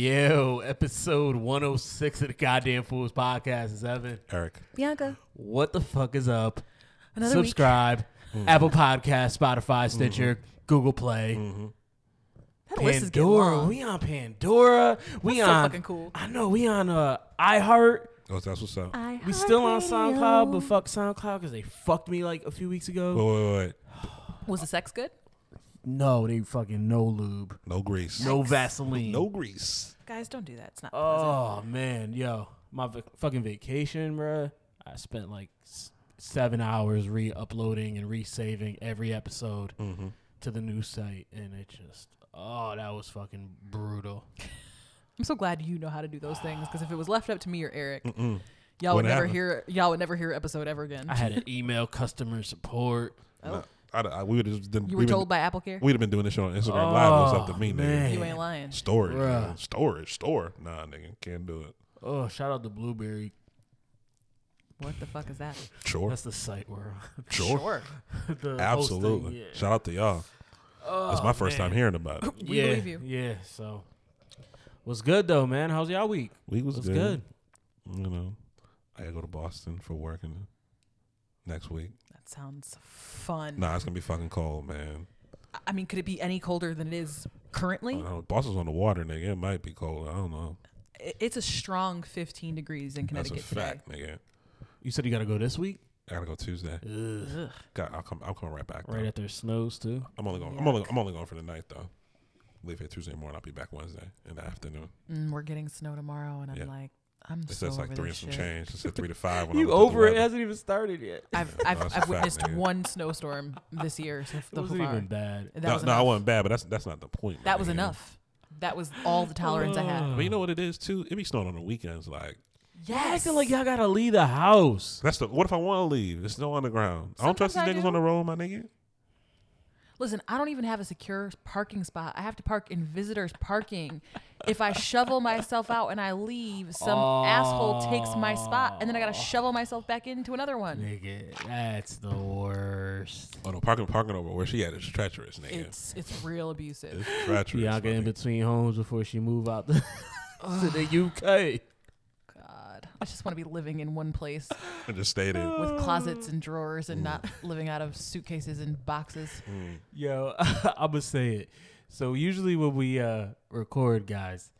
Yo, episode 106 of the Goddamn Fools podcast is Evan. Eric. Bianca. What the fuck is up? Another week. Subscribe. Apple Podcast, Spotify, Stitcher, Google Play. That list is getting Pandora. long. We on Pandora. We That's so on fucking cool. I know we on uh iHeart. Oh, that's what's up. I We still on heart SoundCloud, but radio. fuck SoundCloud because they fucked me like a few weeks ago. Wait, wait, wait. was the sex good? No, they fucking no lube, No grease. no Vaseline. No grease. Guys, don't do that. It's not. Oh man, yo, my vac- fucking vacation, bruh. I spent like s- seven hours re-uploading and re-saving every episode Mm-hmm. to the new site, and it just, oh, that was fucking brutal. I'm so glad you know how to do those things because if it was left up to me or Eric, y'all What would never happened? hear y'all would never hear an episode ever again. I had to email customer support. Oh. I, I, we would have done. you were told by AppleCare. We'd have been doing this shit on Instagram Live. It was up to me, Oh, man. nigga. you ain't lying. Storage, Bruh. nigga. storage, store. Nah, nigga, can't do it. Oh, shout out to Blueberry. What the fuck is that? Sure, That's the site we're on. sure, The absolutely. hosting, Shout out to y'all. That's my first man. time hearing about it. yeah. We yeah, believe you. Yeah, so. Was good though, man. How's y'all week? Week was, Was good. good. You know, I gotta go to Boston for work and next week. That sounds fun. Nah, it's gonna be fucking cold, man. I- I mean, could it be any colder than it is I currently? don't know. Boston's on the water, nigga. It might be cold. I don't know. I- It's a strong 15 degrees in That's a Connecticut today. fact, nigga. You said you got to go this week? I gotta go Tuesday. Ugh. Ugh. God, I'll come. I'll come right back. though. Right after it snows too. I'm only going. I'm only. I'm only going for the night though. Leave here Tuesday morning. I'll be back Wednesday in the afternoon. Mm, we're getting snow tomorrow, and I'm Yeah. like, I'm It so says over like three and this some shit. change. It said three to five. When I you looked at the over it? It weather. hasn't even started yet. I've Yeah, I've, that's a I've fact, witnessed nigga. one snowstorm this year. So It wasn't far. even bad. That no, was no, I enough. wasn't bad, but that's that's not the point. That was man. enough. That was all the tolerance I had. But you know what it is too. It be snowing on the weekends. Like Acting like y'all gotta leave the house. that's the. What if I want to leave? It's snow on the ground. I don't trust these Sometimes I niggas do. on the road, my nigga. Listen, I don't even have a secure parking spot. I have to park in visitors parking. if I shovel myself out and I leave, some asshole takes my spot and then I got to shovel myself back into another one. Nigga, that's the worst. Oh no, parking parking over where she at is treacherous, nigga. It's, It's it's real abusive. treacherous. my Bianca in nigga. between homes before she move out the, to the UK. God. I just want to be living in one place I just stayed in. with closets and drawers and not living out of suitcases and boxes. Yo, I'ma say it. So usually when we uh, record, guys,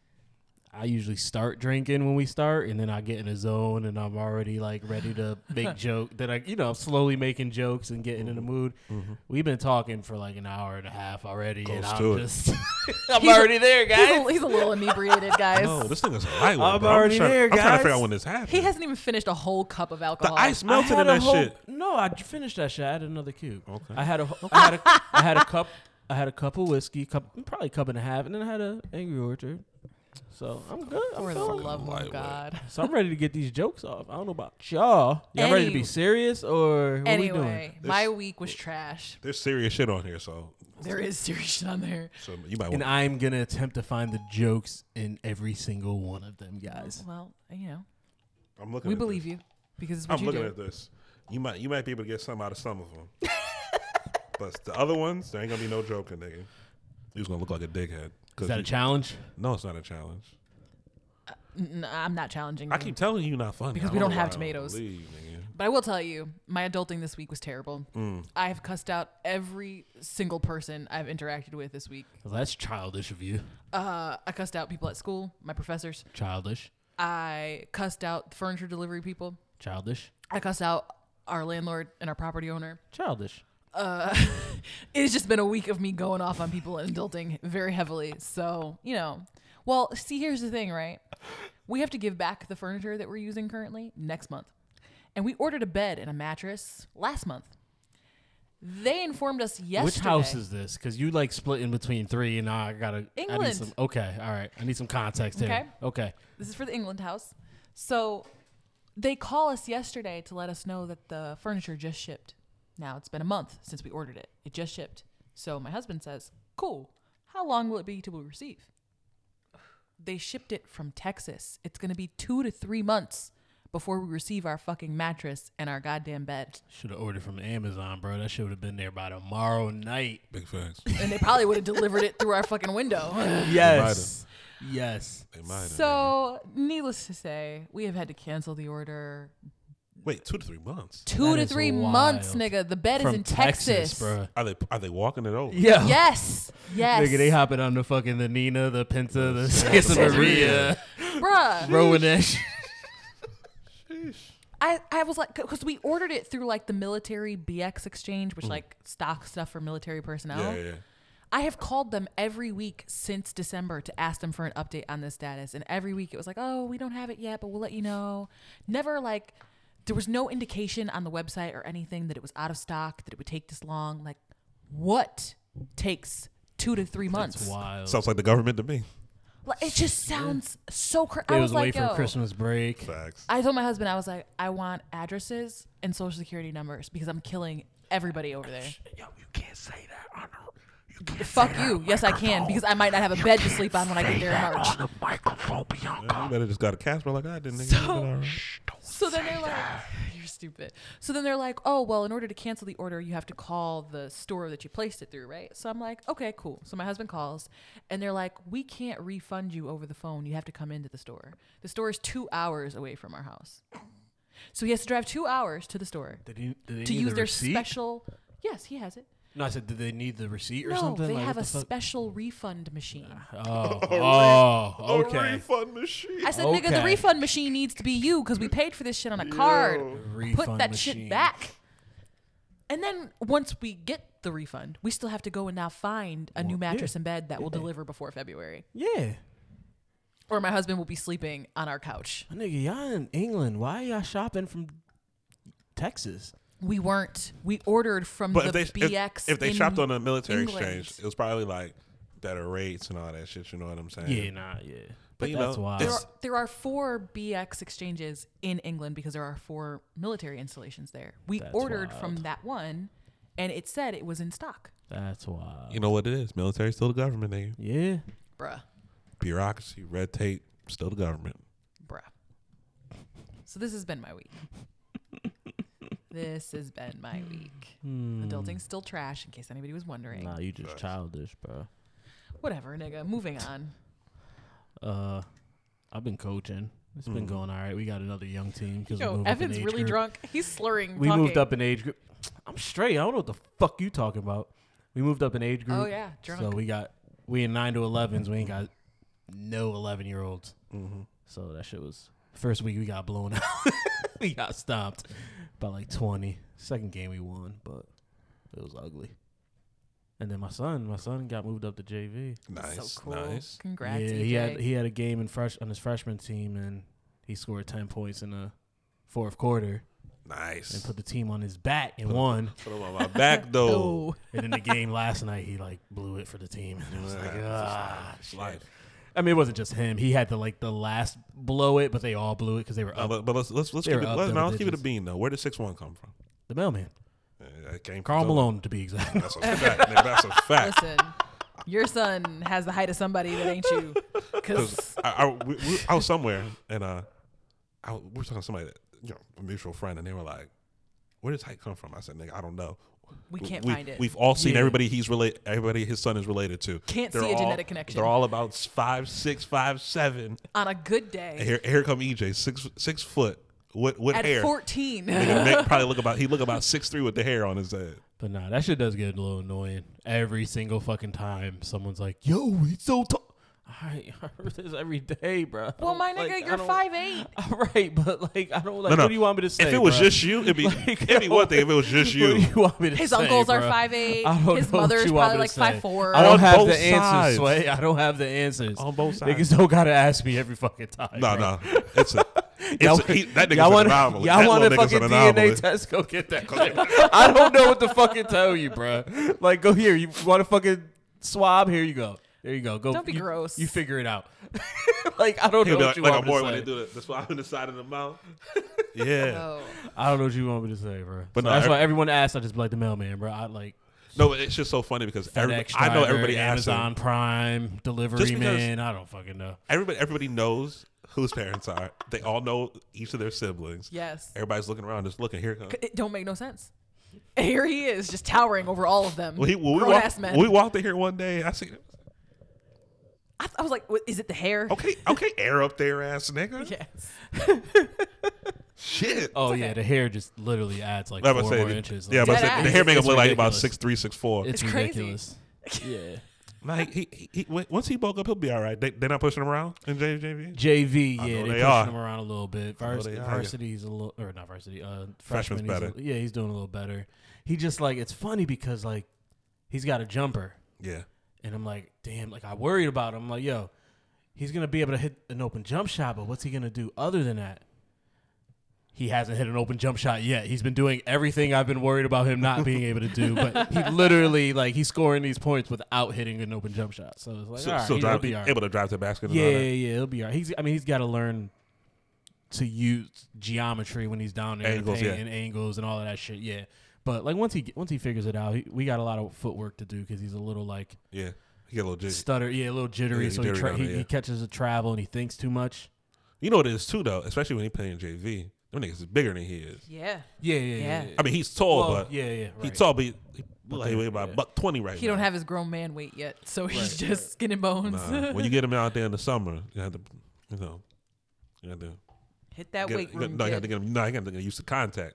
I usually start drinking when we start, and then I get in a zone, and I'm already like ready to make joke that I, you know, I'm slowly making jokes and getting Mm-hmm. in the mood. We've been talking for like an hour and a half already, and Close I'm to it. just, I'm He's a- already there, He's guys. a, he's a little inebriated, guys. No, this thing is a light one. I'm bro. already trying, there, I'm trying to figure guys. out when this happened. He hasn't even finished a whole cup of the alcohol. ice I melted had in a that whole- shit. No, I j- finished that shit. I had another cube. Okay. I had a, wh- I had a, I had a cup, I had a cup of whiskey, cup probably a cup and a half, and then I had a Angry Orchard. So I'm good. I'm For the feeling love lightweight. of God. So I'm ready to get these jokes off. I don't know about y'all. Y'all ready to be Any- serious or what we doing? Anyway, my This- week was trash. There's serious shit on here, so There is serious shit on there. so you might want And I'm gonna attempt to find the jokes in every single one of them, guys. Well, you know, I'm looking. we at believe this. you because it's what I'm you looking do. at this. You might you might be able to get some out of some of them, but the other ones there ain't gonna be no joking, nigga. He was gonna look like a dickhead. 'Cause Is that a you- challenge? No, it's not a challenge. N- n- I'm not challenging you, I keep telling you, you're not funny Because I we don't know have why I tomatoes. believe, nigga. but I will tell you, my adulting this week was terrible. I have cussed out every single person I've interacted with this week. Well, that's childish of you. Uh, I cussed out people at school, my professors. Childish. I cussed out furniture delivery people. Childish. I cussed out our landlord and our property owner. Childish. it has just been a week of me going off on people and adulting very heavily. So, you know, well, see, here's the thing, right? We have to give back the furniture that we're using currently next month. And we ordered a bed and a mattress last month. They informed us yesterday. Which house is this? Because you like split in between three, and I gotta. I need England. some, okay, all right. I need some context here. Okay. Okay. This is for the England house. So they call us yesterday to let us know that the furniture just shipped. Now it's been a month since we ordered it. It just shipped. So my husband says, "Cool. How long will it be till we receive?" They shipped it from Texas. It's going to be 2 to 3 months before we receive our fucking mattress and our goddamn bed. Should have ordered from Amazon, bro. That shit would have been there by tomorrow night. Big facts. And they probably would have delivered it through our fucking window. Yes. Yes. They might have. So, needless to say, we have had to cancel the order. Wait, two to three months. Two That to is three months, wild. nigga. The bed From is in Texas. bro. Are they are they walking it over? Yeah. Yes. Yes. Nigga, they hopping on the fucking the Nina, the Pinta, the Santa Maria, Bruh. rolling that shit. I, I was like, because we ordered it through like the military BX exchange, Mm. which like stock stuff for military personnel. Yeah, yeah. yeah. I have called them every week since December to ask them for an update on this status. And every week it was like, oh, we don't have it yet, but we'll let you know. Never like, there was no indication on the website or anything that it was out of stock, that it would take this long. Like, what takes two to three months? Wild. Sounds like the government to me. Like, it just sounds so crazy. they I was, was, away like, from yo. Christmas break. Facts. I told my husband, I was like, I want addresses and social security numbers because I'm killing everybody over there. Yo, you can't say that on the you can't Fuck you. Yes, I can because I might not have a bed to sleep on when I get there in March. the microphone, Bianca. You better just got a Casper like I did, nigga. So- You been all right. So then they're like, you're stupid. So then they're like, oh, well, in order to cancel the order, you have to call the store that you placed it through, right? So I'm like, okay, cool. So my husband calls and they're like, we can't refund you over the phone. You have to come into the store. The store is two hours away from our house. So he has to drive two hours to the store Did he, did they to need use the their receipt? special. Yes, he has it. No, I said, did they need the receipt or No, something? they Like, have a what the fuck? special refund machine. Oh, oh, A okay. refund machine. I said, nigga, Okay. the refund machine needs to be you because we paid for this shit on a card. Put Refund that machine. shit back. And then once we get the refund, we still have to go and now find a new mattress and bed that will deliver before February. Yeah. Or my husband will be sleeping on our couch. My nigga, y'all in England. Why y'all shopping from Texas? We weren't. We ordered from But if the they BX. if, if they in shopped on a military England. exchange, it was probably like better rates and all that shit. You know what I'm saying? Yeah, nah, yeah. But you that's know, wild. There are, there are four BX exchanges in England because there are four military installations there. We That's ordered from wild. that one, and it said it was in stock. That's wild. You know what it is? Military's still the government, nigga. yeah. Bruh. Bureaucracy, red tape, still the government. Bruh. So this has been my week. this has been my week. Adulting's still trash, in case anybody was wondering. Hmm. Nah, you just childish, bro. Whatever, nigga. Moving on. Uh, I've been coaching. It's been going all right. We got another young team because we Yo, moved up Evan's in age really group. drunk. He's slurring. We talking. moved up in age group. I'm straight. I don't know what the fuck you talking about. We moved up in age group. Oh, yeah, drunk. So we got we in nine to elevens. We ain't got no eleven year olds. So that shit was first week we got blown out. we got stomped by like twenty. Second game we won, but it was ugly. And then my son, my son got moved up to JV. Nice, so cool. nice. Congrats, yeah, EJ. he had he had a game in fresh on his freshman team, and he scored ten points in the fourth quarter and Nice. put the team on his back and won. Put him on my back though. oh, And in the game last night, he like blew it for the team. And it was like, ah. It's life. I mean, it wasn't just him. He had to like the last blow it, but they all blew it because they were Uh, up. but, but let's let's let's They keep were it, up let's, double now let's keep it a digits. bean though. Where did six one come from? The mailman, Uh, It came from Carl somewhere. Malone, to be exact. That's a fact. nigga, That's a fact. listen. Your son has the height of somebody that ain't you. Because I, I, we, we, I was somewhere and uh, I, we were talking to somebody, that, you know, a mutual friend, and they were like, "Where does Hype come from?" I said, "Nigga, I don't know. we can't we, find it. We've all seen Yeah. everybody he's related, everybody his son is related to. Can't They're see a all- genetic connection. They're all about s- five six, five seven. On a good And day, here, here come EJ, six six foot. What what at hair? 14. Nigga, Nick probably look about he look about six three with the hair on his head. but nah, that shit does get a little annoying every single fucking time. Someone's like, "Yo, he's so tall." I I heard this every day, bro. well, my nigga, you're five. five eight. All right, but like, I don't like. no. What do you want me to say? if it was bruh? just you, it'd be it'd be one thing. If it was just What do you, you want me to His say, uncles are bruh? 5'8". I don't His know mother what is you want probably me like to say. 5'4". I don't On have both the answers, sides. Sway. I don't have the answers. On both sides. Niggas don't gotta ask me every fucking time. no, bruh. no, it's a, Y'all, it's a, he, that nigga's y'all an want, anomaly. y'all That want a little nigga's fucking an anomaly. DNA test? Go get that. shit. I don't know what to fucking tell you, bro. Like, go here. You want a fucking swab? Here you go. There you go. Go. Don't be you- gross. You figure it out. like, I don't He'll know what be like, you like a want me boy to when say. they do the, the swab in the side of the mouth. yeah. Oh. I don't know what you want me to say, bro. But But no, that's ev- why everyone asks. I just be like the mailman, bro. I like No, but it's just so funny because every, FedEx I know driver, everybody asks Amazon him. Prime delivery Just because- man. I don't fucking know. Everybody, everybody knows whose parents are. They all know each of their siblings. Yes. Everybody's looking around, just looking. Here it comes. It don't make no sense. Here he is, just towering over all of them. Well, he, well, we, Grown walked, ass men. we walked in here one day. I see. I, th- I was like, what, is it the hair? Okay, okay, air up there, ass nigga. Yes. Shit. Oh yeah, the hair just literally adds like I four was about more to say, inches. yeah, Like, but Dead the ass. hair make him It's look like about ridiculous. six three, six four. it's, It's crazy. ridiculous. yeah. Like he, he, he, when- once he woke up, he'll be all right. They, they're not pushing him around in J- JV. JV, yeah, I know they, they pushing are. him around a little bit. I know Vers- they are. varsity's a little, or not varsity. Uh, Freshman's freshman, he's a- better. yeah, he's doing a little better. He just like it's funny because like he's got a jumper, Yeah, and I'm like, damn, like I worried about him. I'm like, yo, he's gonna be able to hit an open jump shot, but what's he gonna do other than that? He hasn't hit an open jump shot yet. He's been doing everything I've been worried about him not being able to do, but he literally like he's scoring these points without hitting an open jump shot. So it's like, so, all right, still he'll drive, be all right. able to drive to the basket. Yeah, and yeah, all that. yeah, it'll be all right. He's, I mean, he's got to learn to use geometry when he's down there, Angles, and, paint yeah. and angles and all of that shit. Yeah, but like once he get- once he figures it out, he, we got a lot of footwork to do because he's a little like yeah. He got a little jiggy. stutter, yeah, a little jittery. Yeah, so he, jittery tra- down he, there, yeah. he catches a travel and he thinks too much. You know what it is too though, especially when he playing JV. Them niggas is bigger than he is. Yeah. Yeah, yeah, yeah. Yeah. yeah. I mean, he's tall, Well, but yeah, yeah, right. he's tall, but he, he look like they- he weigh about yeah. a buck twenty right He now. don't have his grown man weight yet, so he's Right, just skin and bones. Nah, when you get him out there in the summer, you have to, you know, you have to. Hit that Get, weight you got- room. no, you kid. have to get him. No, you have to get used to contact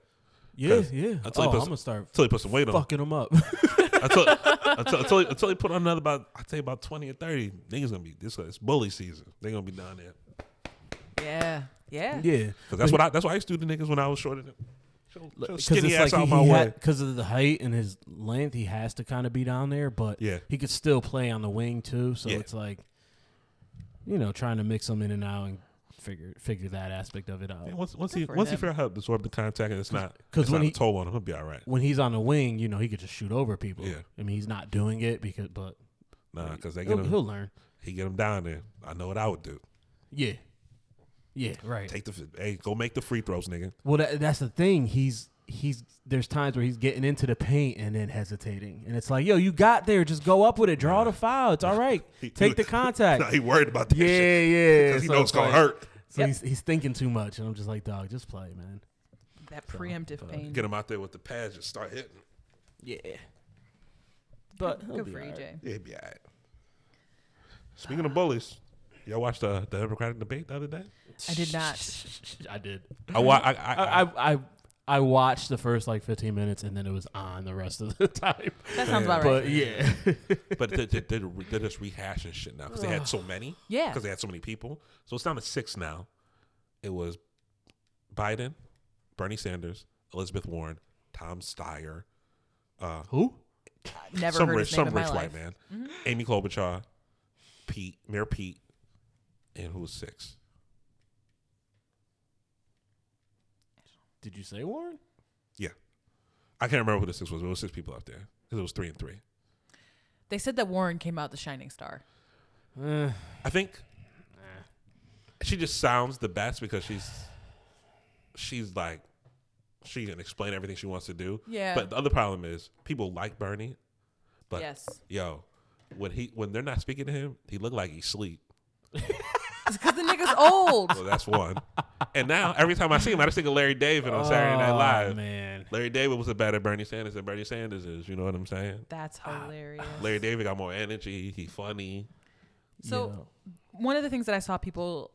yeah, 'cause yeah. until he Oh, I'm puts- gonna start until he put some weight on. fucking him up. until, until, until, he, until he put on another about I'd say about twenty or thirty. Niggas gonna be this is bully season. They gonna be down there yeah. Yeah. yeah, because that's what I that's what I used to do to niggas when I was shorter. than- show- show because Skinny ass it's like out my way. because of the height and his length, he has to kind of be down there. But Yeah. he could still play on the wing too. So Yeah. it's like, you know, trying to mix them in and out and figure figure that aspect of it out. Man, once once Good he for once he him. figure out how to absorb the contact, and it's not 'cause because when when not he- he a toll on him, he'll be all right. When he's on the wing, you know, he could just shoot over people. Yeah. I mean, he's not doing it because, but Nah, because they get he'll, him. he'll learn. he get him down there. I know what I would do. Yeah, yeah, right. Take the hey, go make the free throws, nigga. Well, that, that's the thing. He's he's there's times where he's getting into the paint and then hesitating, and it's like, yo, you got there, just go up with it, draw the foul. It's all right. He- Take the contact. Nah, he worried about that Yeah, shit yeah. because he So knows it's gonna like- hurt. So Yep. he's, he's thinking too much, and I'm just like, dog, just play, man. That preemptive pain. Get him out there with the pads, just start hitting. Yeah. But he'll Good be for all EJ. right. Yeah, he'd be all right. Speaking of bullies, y'all watched the the Democratic debate the other day? I did not. I did. I, wa- I, I, I, I, I I I watched the first like 15 minutes, and then it was on the rest of the time. That sounds about right. But yeah, but they're, they're, they're, they're just rehashing shit now because they had so many. Yeah. Because they had so many people. So it's down to six now. It was Biden, Bernie Sanders, Elizabeth Warren, Tom Steyer, uh, who? Never some heard rich, his name some in my rich life. white Mm-hmm. man, Amy Klobuchar, Pete, Mayor Pete, and who was six? Did you say Warren? Yeah. I can't remember who the six was, but it was six people out there. 'Cause It was three and three. They said that Warren came out the shining star. Eh, I think she just sounds the best because she's she's like she can explain everything she wants to do. Yeah. But the other problem is people like Bernie, but yes. yo, when he when they're not speaking to him, he look like he's sleep. It's because the nigga's old. So that's one. and now every time I see him, I just think of Larry David on Saturday Night oh, Live. man. Larry David was a better Bernie Sanders than Bernie Sanders is. You know what I'm saying? That's hilarious. Larry David got more energy. He funny. So, one of the things that I saw people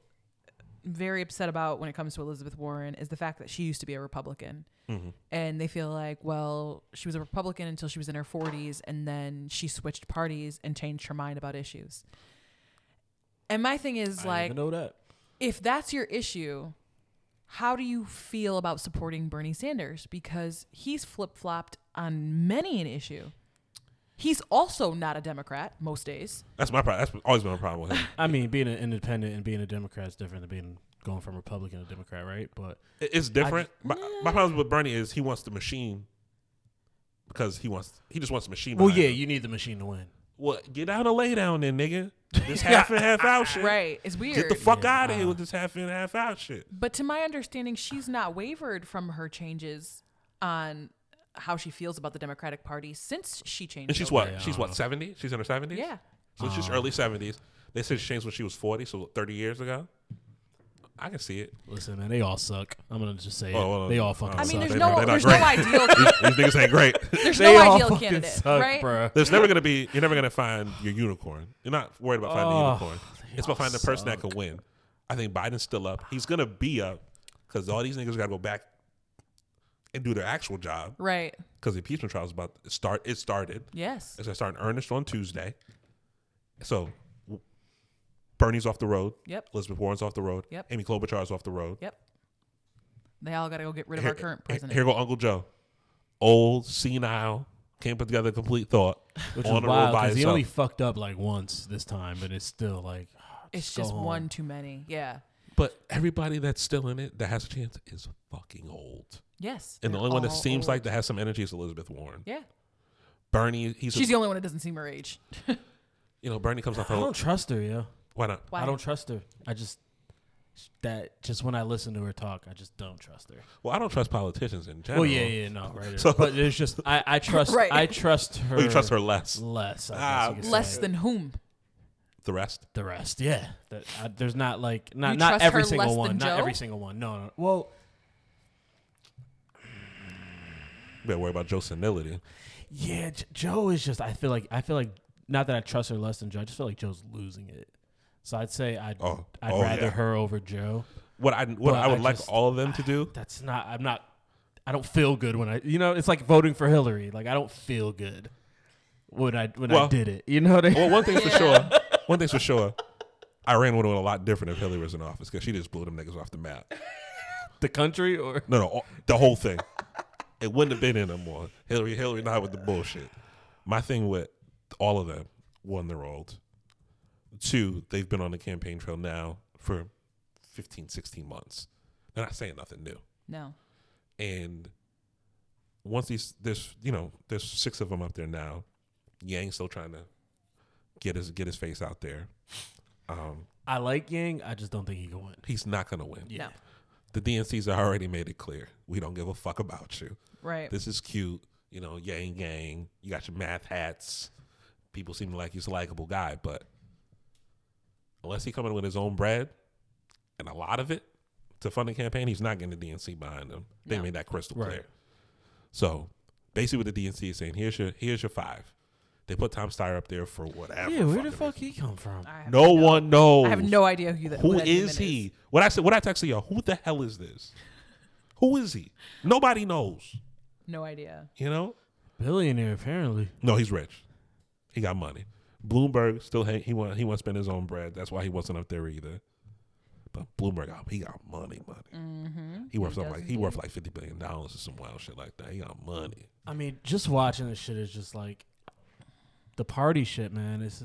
very upset about when it comes to Elizabeth Warren is the fact that she used to be a Republican. Mm-hmm. And they feel like, well, she was a Republican until she was in her 40s, and then she switched parties and changed her mind about issues. And my thing is, I like, didn't even know that. if that's your issue, how do you feel about supporting Bernie Sanders? Because he's flip flopped on many an issue. He's also not a Democrat most days. That's my problem. That's always been my problem with him. I mean, being an independent and being a Democrat is different than being going from Republican to Democrat, right? But It- It's different. my, my problem with Bernie is he wants the machine because he wants he just wants the machine. well, behind yeah, him. you need the machine to win. well, get out of lay down then, nigga. This half and half out shit. Right. It's weird. Get the fuck Yeah, out of here uh. with this half in half out shit. but to my understanding, she's not wavered from her changes on how she feels about the Democratic Party since she changed. And she's over. what? Okay, she's uh, what? Seventy? She's in her seventies. Yeah. So she's early seventies. They said she changed when she was forty, so thirty years ago. I can see it. Listen, man, they all suck. I'm gonna just say it. Oh, well, they all fucking I I suck. mean, there's They're no not- they're not there's no great. ideal These niggas ain't great. there's They no all ideal fucking candidate, suck, right? bruh. There's never gonna be. You're never gonna find your unicorn. You're not worried about finding Oh, the unicorn. It's about all finding the person that can win. I think Biden's still up. He's gonna be up because all these niggas gotta go back and do their actual job Right. because the impeachment trial is about to start. It started. Yes. It's gonna start in earnest on Tuesday. So w- Bernie's off the road. Yep. Elizabeth Warren's off the road. Yep. Amy Klobuchar's off the road. Yep. They all got to go get rid of Here- our current here- president. Here go Uncle Joe, old senile, can't put together a complete thought. Which on is the wild road by because he only himself. fucked up like once this time, but it's still like it's go just home. one too many. Yeah. But everybody that's still in it that has a chance is fucking old. Yes. And the they're only one that all seems old. like that has some energy is Elizabeth Warren. Yeah. Bernie, he's She's a, the only one that doesn't seem her age. you know Bernie comes off. I don't her trust her, yeah. why not? Why? I don't trust her. I just that just when I listen to her talk, I just don't trust her. Well, I don't trust politicians in general. Well, yeah, yeah, no, right. So- but there's just I, I trust Right. I trust her. Well, you trust her less. less. I guess Ah, you could Less say. than whom? The rest, the rest. Yeah, that, I, there's not like not You not trust every her single less than one. Not Joe? every single one. No, no. Well, you better worry about Joe's senility. yeah. J- Joe is just. I feel like I feel like not that I trust her less than Joe. I just feel like Joe's losing it. So I'd say I'd Oh, I'd oh, rather yeah. her over Joe. What I what But I would I like just- all of them to do That's not. I'm not. I don't feel good when I. You know, it's like voting for Hillary. Like I don't feel good when I when I Well- did it. You know what I mean? Well, one thing's for sure. One thing's for sure. Iran would have been a lot different if Hillary was in office because she just blew them niggas off the map. the country or No, no, all- the whole thing. It wouldn't have been in no more. Hillary, Hillary, not with the bullshit. My thing with all of them, one, they're old. Two, they've been on the campaign trail now for 15, 16 months. They're not saying nothing new. No. And once these, there's, you know, there's six of them up there now. Yang's still trying to get his get his face out there. Um, I like Yang. I just don't think he can win. he's not going to win. Yeah. No. The DNC's already made it clear. We don't give a fuck about you. Right. This is cute. You know, yang yang. You got your math hats. People seem like he's a likable guy, but unless he coming with his own bread and a lot of it to fund the campaign, he's not getting the DNC behind him. They No. made that crystal Right. clear. So basically what the DNC is saying, here's your here's your five. They put Tom Steyer up there for whatever. Yeah, where the fucking fuck reason. he come from? I have No, one knows. I have no idea who that. Who that human is he? What I said, what I texted y'all. Who the hell is this? Who is he? Nobody knows. No idea. You know? Billionaire apparently. No, he's rich. He got money. Bloomberg still ha- he want he want to spend his own bread. That's why he wasn't up there either. But Bloomberg, got- he got money, money. He worth Mm-hmm. He something does like he worth like fifty billion dollars or some wild shit like that. He got money. I mean, just watching this shit is just like the party shit, man. It's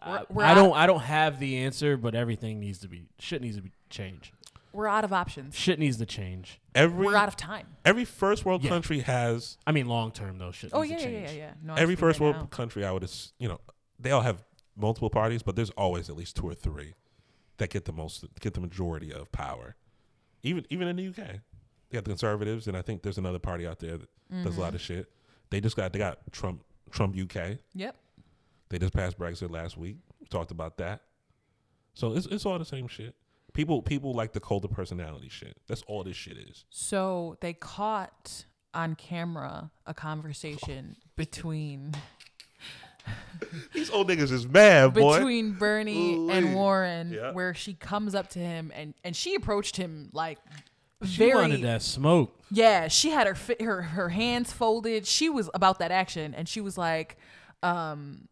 I, We're- we're I out- don't I don't have the answer, but everything needs to be shit needs to be changed. We're out of options. Shit needs to change. Every We're out of time. every first world Yeah. country has I mean, long term though, shit. Oh yeah, needs yeah, to change. yeah, yeah. No, I every speak right first world now. country. I would ass- you know they all have multiple parties, but there's always at least two or three that get the most get the majority of power. Even even in the UK, they got the conservatives, and I think there's another party out there that does a Mm-hmm. lot of shit. They just got they got Trump Trump UK. Mm-hmm. Yep. They just passed Brexit last week. We talked about that. So it's it's all the same shit. People people like the colder personality shit. That's all this shit is. So they caught on camera a conversation between These old niggas is mad, between Bernie and Ooh-wee. Warren, Yeah. where she comes up to him and and she approached him like She very wanted that smoke. yeah. She had her fi- her her hands folded. She was about that action, and she was like, um,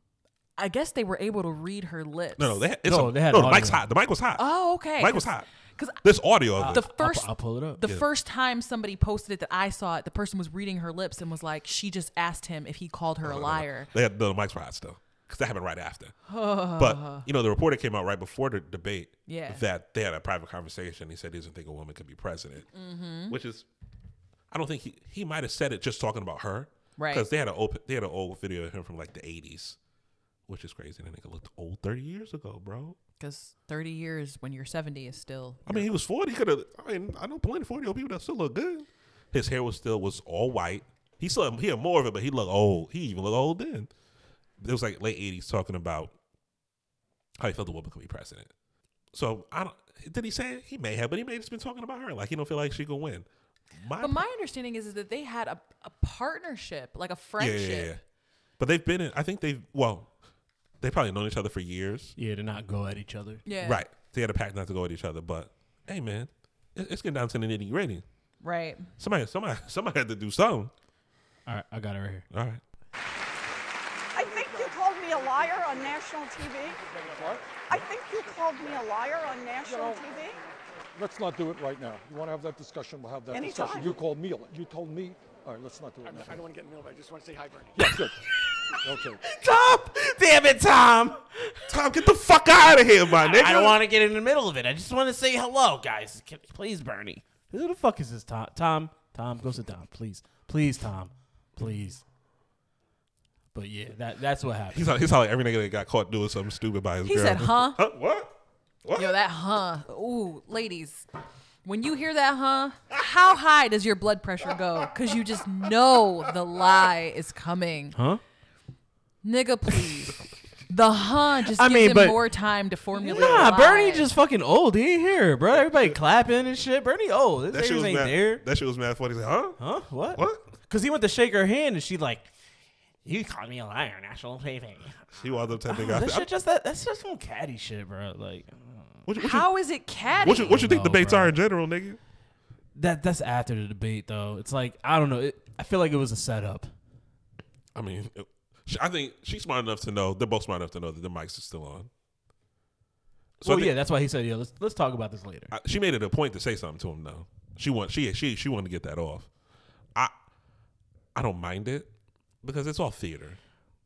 I guess they were able to read her lips. No, no, they, it's No, a- they had no, the audio. mic's hot. The mic was hot. Oh, okay. mic was hot. Because There's audio of the it. I'll pu- first I'll, pull it up. The first time somebody posted it that I saw it, the person was reading her lips and was like, she just asked him if he called her a liar. They had the mics were hot still because that happened right after. but you know, the reporter came out right before the debate. Yeah. That they had a private conversation. He said he doesn't think a woman could be president, Mm-hmm. which is, I don't think he he might have said it just talking about her, Right. Because they had an open they had an old video of him from like the '80s, which is crazy. That nigga looked old 30 years ago, bro. Because 30 years when you're 70 is still. I mean, he was 40. He could have. I mean, I know plenty 40 old people that still look good. His hair was still was all white. He still he had more of it, but he looked old. He even looked old then. It was like late eighties talking about how he felt the woman could be president. So I don't did he say it? he may have, but he may have just been talking about her. Like he don't feel like she gonna win. My, But my understanding is, is that they had a, a partnership, like a yeah, yeah, friendship. yeah, yeah. But they've been in I think they've well, they've probably known each other for years. Yeah, to not go at each other. Yeah. Right. They had a pact not to go at each other, but hey man, it- it's getting down to the nitty gritty. Right. Somebody somebody somebody had to do something. All right, I got it right here. All right. I think you called me a liar on national TV. I think you called me a liar on national TV. Let's not do it right now. You want to have that discussion? We'll have that discussion. Anytime. You called me. You told me. All right, let's not do it. now. I don't want to get in the middle, but I just want to say hi, Bernie. Good. Okay. Tom, damn it, Tom. Tom, get the fuck out of here, my nigga. I don't want to get in the middle of it. I just want to say hello, guys. Can, please, Bernie. Who the fuck is this Tom? Tom, Tom, go sit down, please, please, Tom, please. But yeah, that that's what happened. He's how, he's how like every nigga that got caught doing something stupid by his He girl. said, huh? Huh? What? What? Yo, that huh? Ooh, ladies. When you hear that huh, how high does your blood pressure go? Because you just know the lie is coming. Huh? Nigga, please. The huh just I gives mean, him but- more time to formulate. a Nah, Bernie lie. just fucking old. He ain't here, bro. Everybody clapping and shit. Bernie old. that This shit niggas was ain't mad. there. That shit was mad funny. He's like, huh? Huh? What? What? Because he went to shake her hand and she like, You called me a liar, on National TV. He walked up to that oh, nigga. I that said, shit just that that's just some catty shit, bro. Like What you, what you, How is it catty? what you, what you think No, debates bro. are in general, nigga? that that's after the debate though. It's like I don't know. It, I feel like it was a setup. I mean, it- she- I think she's smart enough to know. They're both smart enough to know that the mics are still on. So well, I think- yeah, that's why he said, "Yo, let's let's talk about this later." I- she made it a point to say something to him though. She want she she she wanted to get that off. I I don't mind it because it's all theater.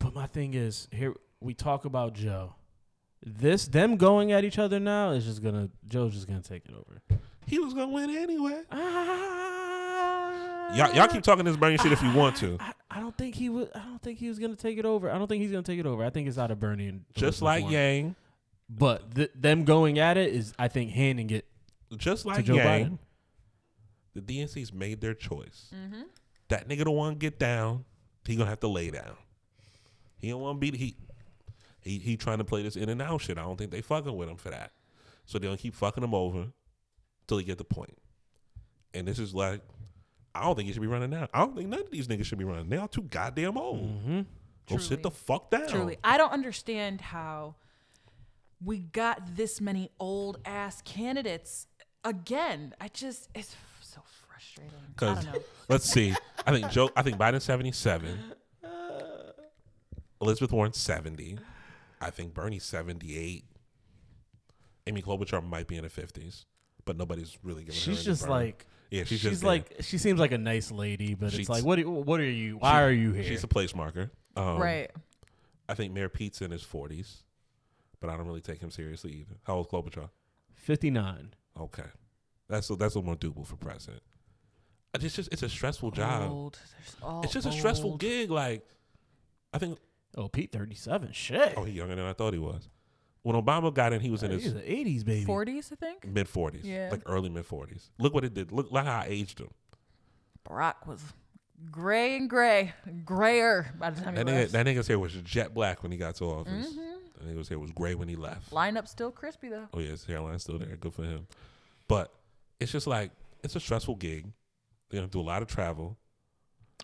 But my thing is, here we talk about Joe. This them going at each other now is just gonna Joe's just gonna take it over. He was gonna win anyway. Y'all, y'all keep talking this Bernie shit if you want to. I, I don't think he was. I don't think he was gonna take it over. I don't think he's gonna take it over. I think it's out of Bernie and Elizabeth Just like Warren. Yang, But th- them going at it is, I think, handing it. just like Joe Yang, the DNC's made their choice. Mm-hmm. That nigga don't want to get down. He gonna have to lay down. He don't want to be he. He he trying to play this in and out shit. I don't think they fucking with him for that. So they gonna keep fucking him over till he get the point. And this is like, I don't think he should be running now. I don't think none of these niggas should be running. They all too goddamn old. Go sit Truly. the fuck down. Truly, I don't understand how we got this many old ass candidates again. I just it's f- so frustrating. I Because don't know. let's see. I think Joe. I think Biden's seventy-seven. Elizabeth Warren's seventy. I think Bernie's seventy-eight. Amy Klobuchar might be in the fifties, but nobody's really giving. her She's any just burn. like, yeah, she's she's, just there. like, she seems like a nice lady, but She's- it's like, what? Are, what are you? Why are you here? she's a place marker. Um, right. I think Mayor Pete's in his forties, but I don't really take him seriously either. How old is Klobuchar? Fifty nine. Okay, that's that's a more doable for president. It's just it's a stressful job. Old. There's all It's just a stressful old. gig. Like, I think Oh, Pete, thirty seven. Shit. Oh, he's younger than I thought he was. When Obama got in, he was in he's his an eighties baby. 40s, I think. mid forties, Yeah. like early mid forties. Look what it did. Look, look how I aged him. Barack was gray and gray, grayer by the time he That, nigga, left. that nigga's hair was jet black when he got to office. Mm-hmm. That nigga's hair was gray when he left. Lineup still crispy though. Oh yeah, his hairline's still there. Good for him. But it's just like it's a stressful gig. They're gonna do a lot of travel.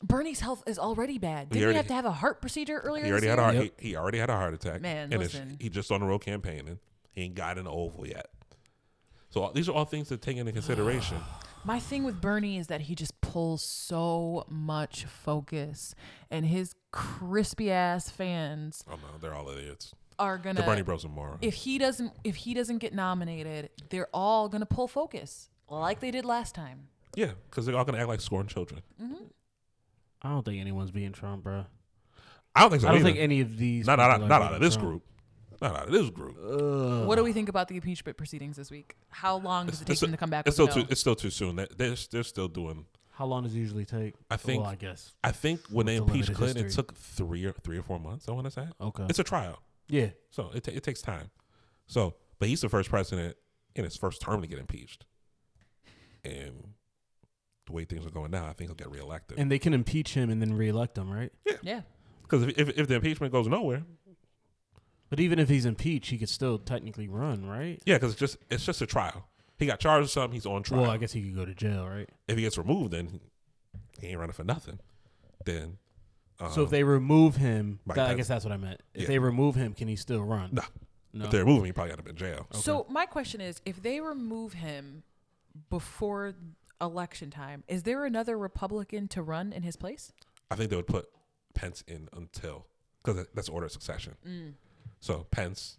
Bernie's health is already bad. Did he, already- have to have a heart procedure earlier? He already this had a year? heart, Yep. he, he already had a heart attack. Man, and it's- listen. he just on the road campaigning. He ain't got an oval yet. So all, these are all things to take into consideration. My thing with Bernie is that he just pulls so much focus, and his crispy ass fans oh no, they're all idiots. are gonna. The Bernie Bros are morons. if he doesn't, if he doesn't get nominated, they're all gonna pull focus like they did last time. Yeah, because they're all gonna act like scorn children. I don't think anyone's being Trump, bro. I don't think so. I don't either. think any of these. not out people of, are not being out of this Trump. group. Not out of this group. What do we think about the impeachment proceedings this week? How long does it take them to come back? It's with still too. a no? It's still too soon. They- They're they're still doing. How long does it usually take? I think- Well, I guess. I think when they With the impeached limited Clinton, it history. took three or three or four months. I want to say Okay. it's a trial, yeah. so it ta- it takes time. So, but he's the first president in his first term to get impeached, and the way things are going now, I think he'll get reelected. And they can impeach him and then reelect him, right? Yeah. Because if, if, if the impeachment goes nowhere, But even if he's impeached, he could still technically run, right? yeah, because it's just it's just a trial. He got charged with something. He's on trial. Well, I guess he could go to jail, right? if he gets removed, then he ain't running for nothing. Then um, so if they remove him, Mike Oh. that- I Tyson. guess that's what I meant. If Yeah. they remove him, can he still run? no, No. if they remove him, he probably end up in jail. So my question is, if they remove him before election time, is there another Republican to run in his place? I think they would put Pence in until because that's order of succession. Mm. So Pence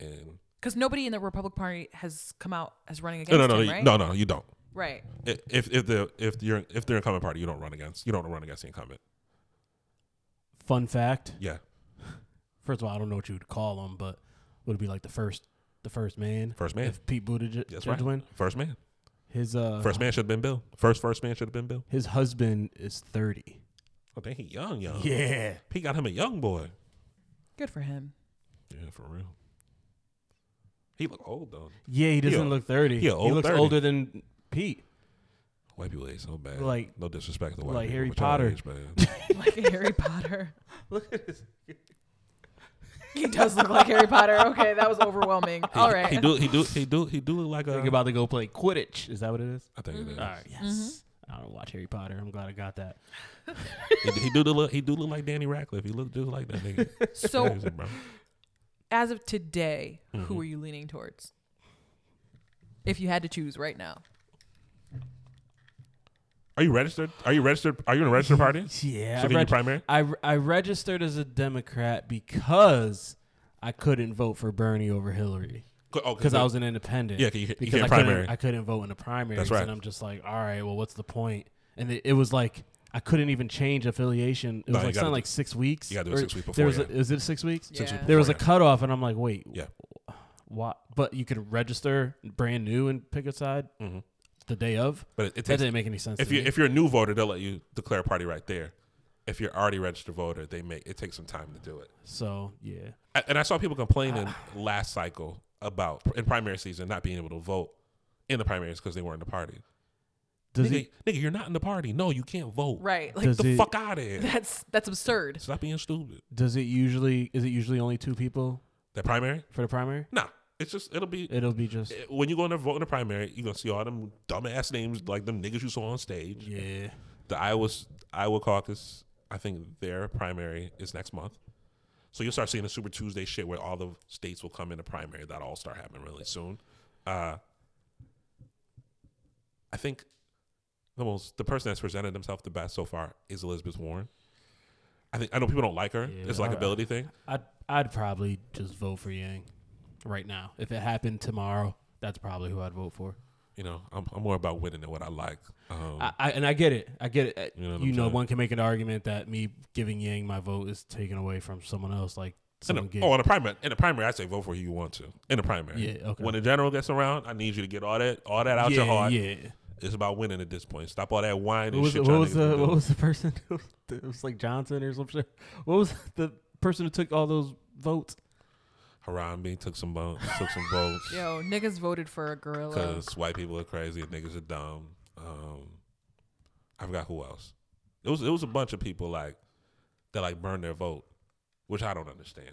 and Because nobody in the Republican Party has come out as running against no, no, no, him, you- right? no, no, you don't. Right. I- If if the if you're if they're incumbent party, you don't run against you don't run against the incumbent. Fun fact. Yeah, First of all, I don't know what you would call him, but would it be like the first, the first man? First man. If Pete Buttigieg that's right. win, First man, his uh, first man should have been Bill. First first man should have been Bill. his husband is thirty. Oh, dang, he young, young. Yeah. he got him a young boy. Good for him. Yeah, for real. He look old though. Yeah, he doesn't a- look thirty. he a old looks 30. older than Pete. White people age so bad. Like- no disrespect to white like people, Harry but y'all Potter. age bad. Like a Harry Potter. Look at this. He does look like Harry Potter. Okay, that was overwhelming. All right. he do he do he do he do like Think a. about to go play Quidditch. Is that what it is? I think it is. All right. Um, Yes. I don't watch Harry Potter. I'm glad I got that. He, he do the look. He do look like Danny Radcliffe. He look just like that nigga. So, Crazy, bro. as of today, Mm-hmm. who are you leaning towards? If you had to choose right now. Are you registered? Are you registered? Are you in a registered party? Yeah, Should be in your primary? I re- I registered as a Democrat because I couldn't vote for Bernie over Hillary Oh, because I was an independent. Yeah, 'cause you- you because can't I primary. couldn't I couldn't vote in the primary. That's right. And I'm just like, all right, well, what's the point? And it, it was like I couldn't even change affiliation. It was you like gotta something do- like six weeks. you gotta do it or six weeks There before, was a, yeah. is it six weeks? Six weeks There was a before, cutoff, and I'm like, wait, Yeah. what? But you could register brand new and pick a side the day of. But it- it that Mm-hmm. takes- didn't make any sense. If to you me. if you're a new voter, they'll let you declare a party right there. If you're already a registered voter, they make it takes some time to do it. so yeah, A- And I saw people complaining Ah. last cycle about in primary season not being able to vote in the primaries because they weren't in the party. does Nigga, it nigga, you're not in the party. No, you can't vote. Right. Like Does the it- fuck out of here. that's that's absurd. Stop being stupid. does it usually is it usually only two people That primary? for the primary? Nah. It's just it'll be It'll be just it- when you go in there vote in the primary, you're gonna see all them dumbass names like them niggas you saw on stage. yeah. The Iowa Iowa caucus, I think their primary is next month. So you'll start seeing the Super Tuesday shit where all the states will come in the primary. That'll all start happening really soon. Uh, I think the most the person that's presented themselves the best so far is Elizabeth Warren. I think I know people don't like her. Yeah, it's a I- likability thing. I'd I'd probably just vote for Yang right now. If it happened tomorrow, that's probably who I'd vote for. You know, I'm, I'm more about winning than what I like. Um, I, I and I get it. I get it. Uh, You know know, what I'm saying? one can make an argument that me giving Yang my vote is taken away from someone else. Like In someone the- get, oh, in the primary, in the primary, I say vote for who you want to. In the primary, Yeah, okay. When the general gets around, I need you to get all that, all that out yeah, your heart. yeah. It's about winning at this point. Stop all that whining. What was, shit it- y'all what was niggas the been what doing. was the person? Who, it was like Johnson or something. What was the person who took all those votes? Harambe took some bones, took some votes Yo, niggas voted for a gorilla. because white people are crazy and niggas are dumb. Um, I forgot who else. It was it was a bunch of people like that like burned their vote, which I don't understand.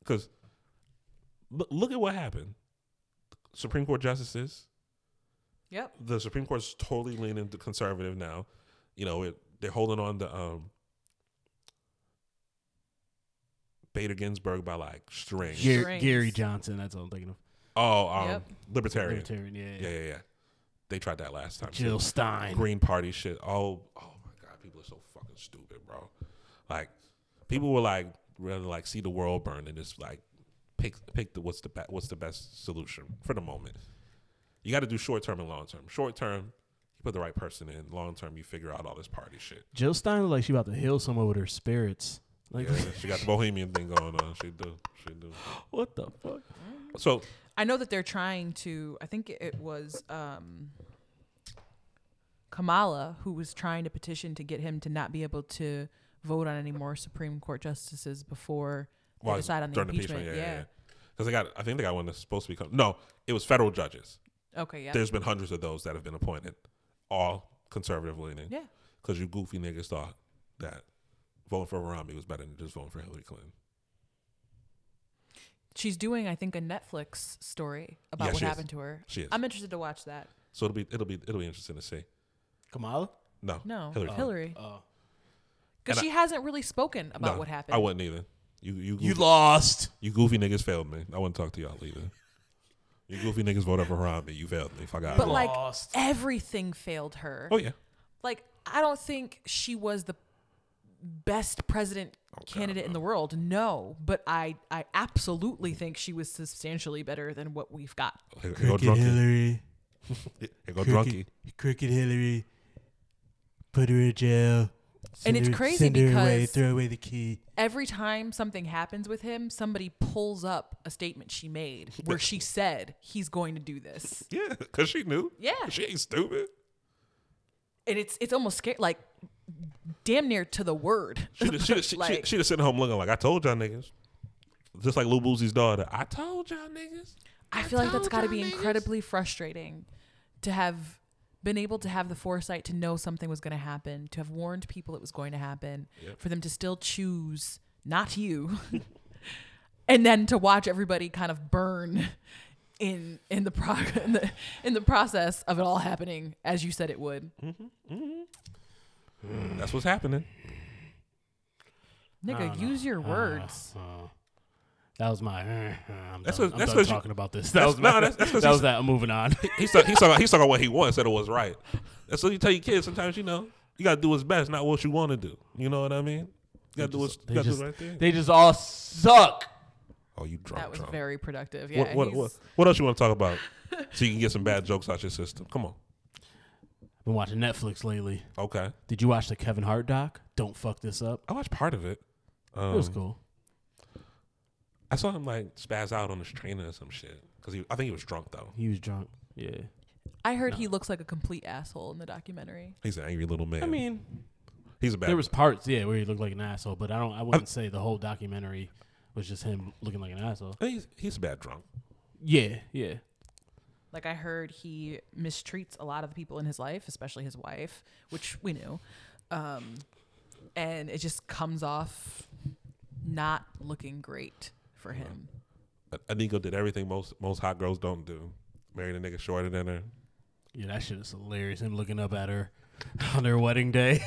Because look, look at what happened. Supreme Court justices Yep. the Supreme Court's totally leaning to conservative now. You know, it, they're holding on to um, Bader Ginsburg by like strings. Yeah. Gary, Strings. Gary Johnson. That's what I'm thinking of. Oh, um, Yep. libertarian. Libertarian. Yeah. Yeah, yeah, yeah. They tried that last time. Jill too. Stein. Green Party shit. Oh, oh my God, people are so fucking stupid, bro. Like, people will like rather like see the world burn and just like pick pick the what's the be- what's the best solution for the moment. You got to do short term and long term. Short term, you put the right person in. Long term, you figure out all this party shit. Jill Stein looked like she about to heal someone with her spirits. Like Yeah, she got the bohemian thing going on. She do, she do. what the fuck? So I know that they're trying to. I think it was um, Kamala who was trying to petition to get him to not be able to vote on any more Supreme Court justices before Well, they decide on the during impeachment. yeah, Because they got, I think they got one that's supposed to be. com- No, it was federal judges. Okay. Yeah. There's been hundreds of those that have been appointed, all conservative leaning. Yeah. Because you goofy niggas thought that voting for Romney was better than just voting for Hillary Clinton. She's doing, I think, a Netflix story about Yeah, what she is. happened to her. She is. I'm interested to watch that. So it'll be it'll be it'll be interesting to see. Kamala? No, No, Hillary. Clinton. Hillary, Oh. because and she hasn't really spoken about No, what happened. I wouldn't either. You you goofy, You you, lost. goofy niggas failed me. I wouldn't talk to y'all either. You goofy niggas voted for Romney. You failed me. Fuck out. but like Lost. everything failed her. oh yeah, Like I don't think she was the best president candidate in the world. No, but I I absolutely think she was substantially better than what we've got. here, here go Cricket drunkie. Hillary. Here go drunkie. Cricket, cricket Hillary. Put her in jail. And Send it's her- crazy send her away, because- throw away the key. Every time something happens with him, somebody pulls up a statement she made where she said he's going to do this. Yeah, because she knew. Yeah. she ain't stupid. and it's it's almost scary, like damn near to the word. She'd have, she'd, have, she'd, Like- she'd have sitting home looking like I told y'all niggas, just like Lil Boozy's daughter. I told y'all niggas. I feel like that's told got to y'all be niggas. incredibly frustrating to have been able to have the foresight to know something was going to happen, to have warned people it was going to happen, for them to still choose not you, and then to watch everybody kind of burn in in the prog- in the, in the process of it all happening as you said it would. Mm. That's what's happening. Nigga, use your Ah, words. That was my. uh, uh, I'm That's done, what- I'm that's done what you- talking about this. That that's- was my, no, that's- that's what that she was said. that. I'm moving on. He's talking. He's talking. He's talking what he wants. Said it was right. That's what you tell your kids. Sometimes you know you gotta do what's best, not what you want to do. You know what I mean? You gotta do what's you they, gotta just, do right there. they just all suck. oh, you drunk? That was drunk. very productive. Yeah. What, what, he's- what, what else you want to talk about? so you can get some bad jokes out your system. Come on. I've been watching Netflix lately. Okay. Did you watch the Kevin Hart doc? Don't fuck this up. I watched part of it. Um, it was cool. I saw him like spaz out on his trainer or some shit. Cause he, I think he was drunk though. He was drunk. Yeah. I heard he looks like a complete asshole in the documentary. He's an angry little man. I mean, he's a bad. there was parts, yeah, where he looked like an asshole, but I don't. I wouldn't say the whole documentary was just him looking like an asshole. he's, he's a bad drunk. Yeah, yeah. Like I heard he mistreats a lot of the people in his life, especially his wife, which we knew. Um, and it just comes off not looking great for him. Anigo did everything most most hot girls don't do. Married a nigga shorter than her. Yeah, that shit is hilarious. Him looking up at her on her wedding day.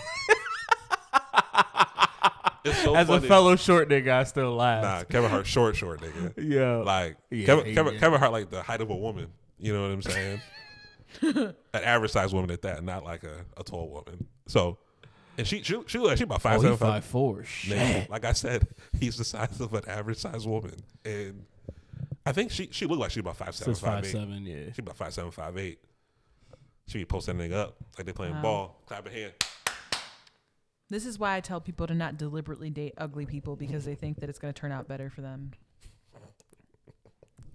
It's so As funny. a fellow short nigga, I still Nah, laugh. Kevin Hart, short, short nigga. Yeah. Like Yeah, Kevin, he- Kevin, yeah. Kevin Hart, like the height of a woman. You know what I'm saying? An average sized woman at that, not like a, a tall woman. So, and she she she like she about five oh, seven he five four. Shit. Man, Like I said, he's the size of an average sized woman, and I think she she looked like she about five seven Says five five eight. seven. Yeah. She about five seven five eight. She be posting that nigga up like they playing ball, clapping hand. This is why I tell people to not deliberately date ugly people because they think that it's going to turn out better for them.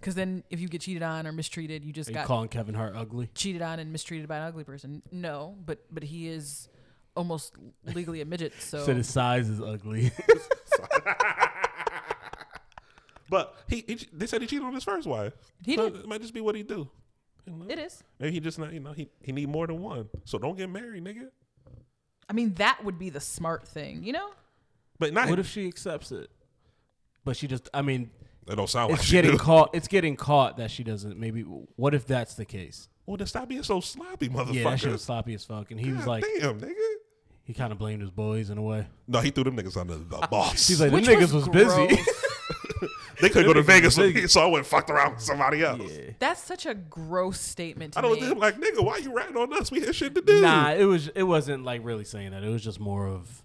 Because then, if you get cheated on or mistreated, you just Are you got calling Kevin Hart ugly? cheated on and mistreated by an ugly person. No, but but he is almost legally a midget, so Said his size is ugly. But he, he they said he cheated on his first wife. He So did. It might just be what he do. You know? it is. Maybe he just not you know he he need more than one. So don't get married, nigga. I mean, that would be the smart thing, you know? But not. what if she accepts it? But she just. I mean, that don't sound like it's she getting do. caught. It's getting caught that she doesn't. Maybe. What if that's the case? Well, Oh, then stop being so sloppy, motherfucker. Yeah, that shit was sloppy as fuck, and he was God like, damn, nigga. he kind of blamed his boys in a way. No, he threw them niggas under the boss. He's like, the Which niggas was, was busy. gross. they could go to them niggas Vegas, was with me, so I went and fucked around with somebody else. That's such a gross statement to I don't make. think like, nigga, why you ratting on us? We had shit to do. Nah, it was it wasn't like really saying that. It was just more of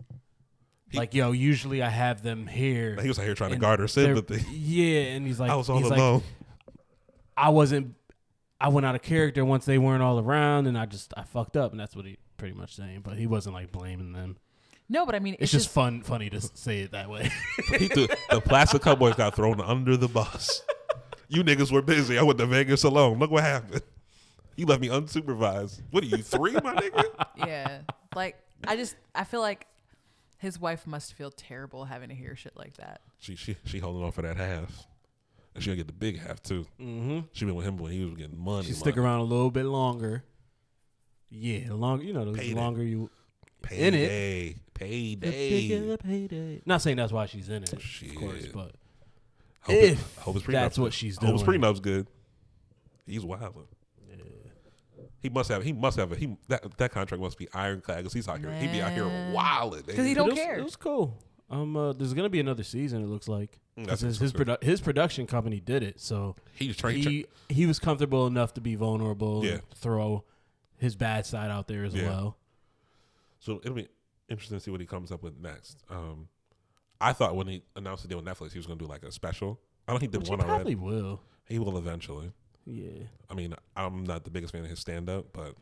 like, yo, usually I have them here. He was out here trying to and guard her they're- sympathy. Yeah, and he's like, I was all he's like, alone. I wasn't. I went out of character once they weren't all around, and I just I fucked up, and that's what he pretty much saying. But he wasn't like blaming them. No, but I mean, It's, just, fun, funny to s- say it that way. He threw, the plastic cowboys got thrown under the bus. You niggas were busy. I went to Vegas alone. Look what happened. You left me unsupervised. What are you three, my nigga? yeah. Like, I just, I feel like his wife must feel terrible having to hear shit like that. She she she holding on for that half, and she gonna get the big half too. Mm-hmm. She been with him when he was getting money. she stick money. around a little bit longer. Yeah, the longer you know, those- the Payday. longer you Payday. In it. the bigger Payday. the payday. Not saying that's why she's in it, of course, Shit. but Hope it- If hope it's that's prenup's what good. she's Hope his doing. prenup's good. He's wild. He must have. He must have. A, he that that contract must be ironclad because he's out here. He'd be out here Man. wilding. because he nigga. But don't it was, care. It was cool. Um, uh, there's gonna be another season. It looks like Mm, I 'Cause think his so, his, too. produ- his production company did it, so He just trained- He, he was comfortable enough to be vulnerable. Yeah. and throw his bad side out there as Yeah. well. So it'll be interesting to see what he comes up with next. Um, I thought when he announced the deal with Netflix, he was going to do like a special. I don't think he did Which he one probably already. will. He will eventually. Yeah, I mean, I'm not the biggest fan of his stand up, but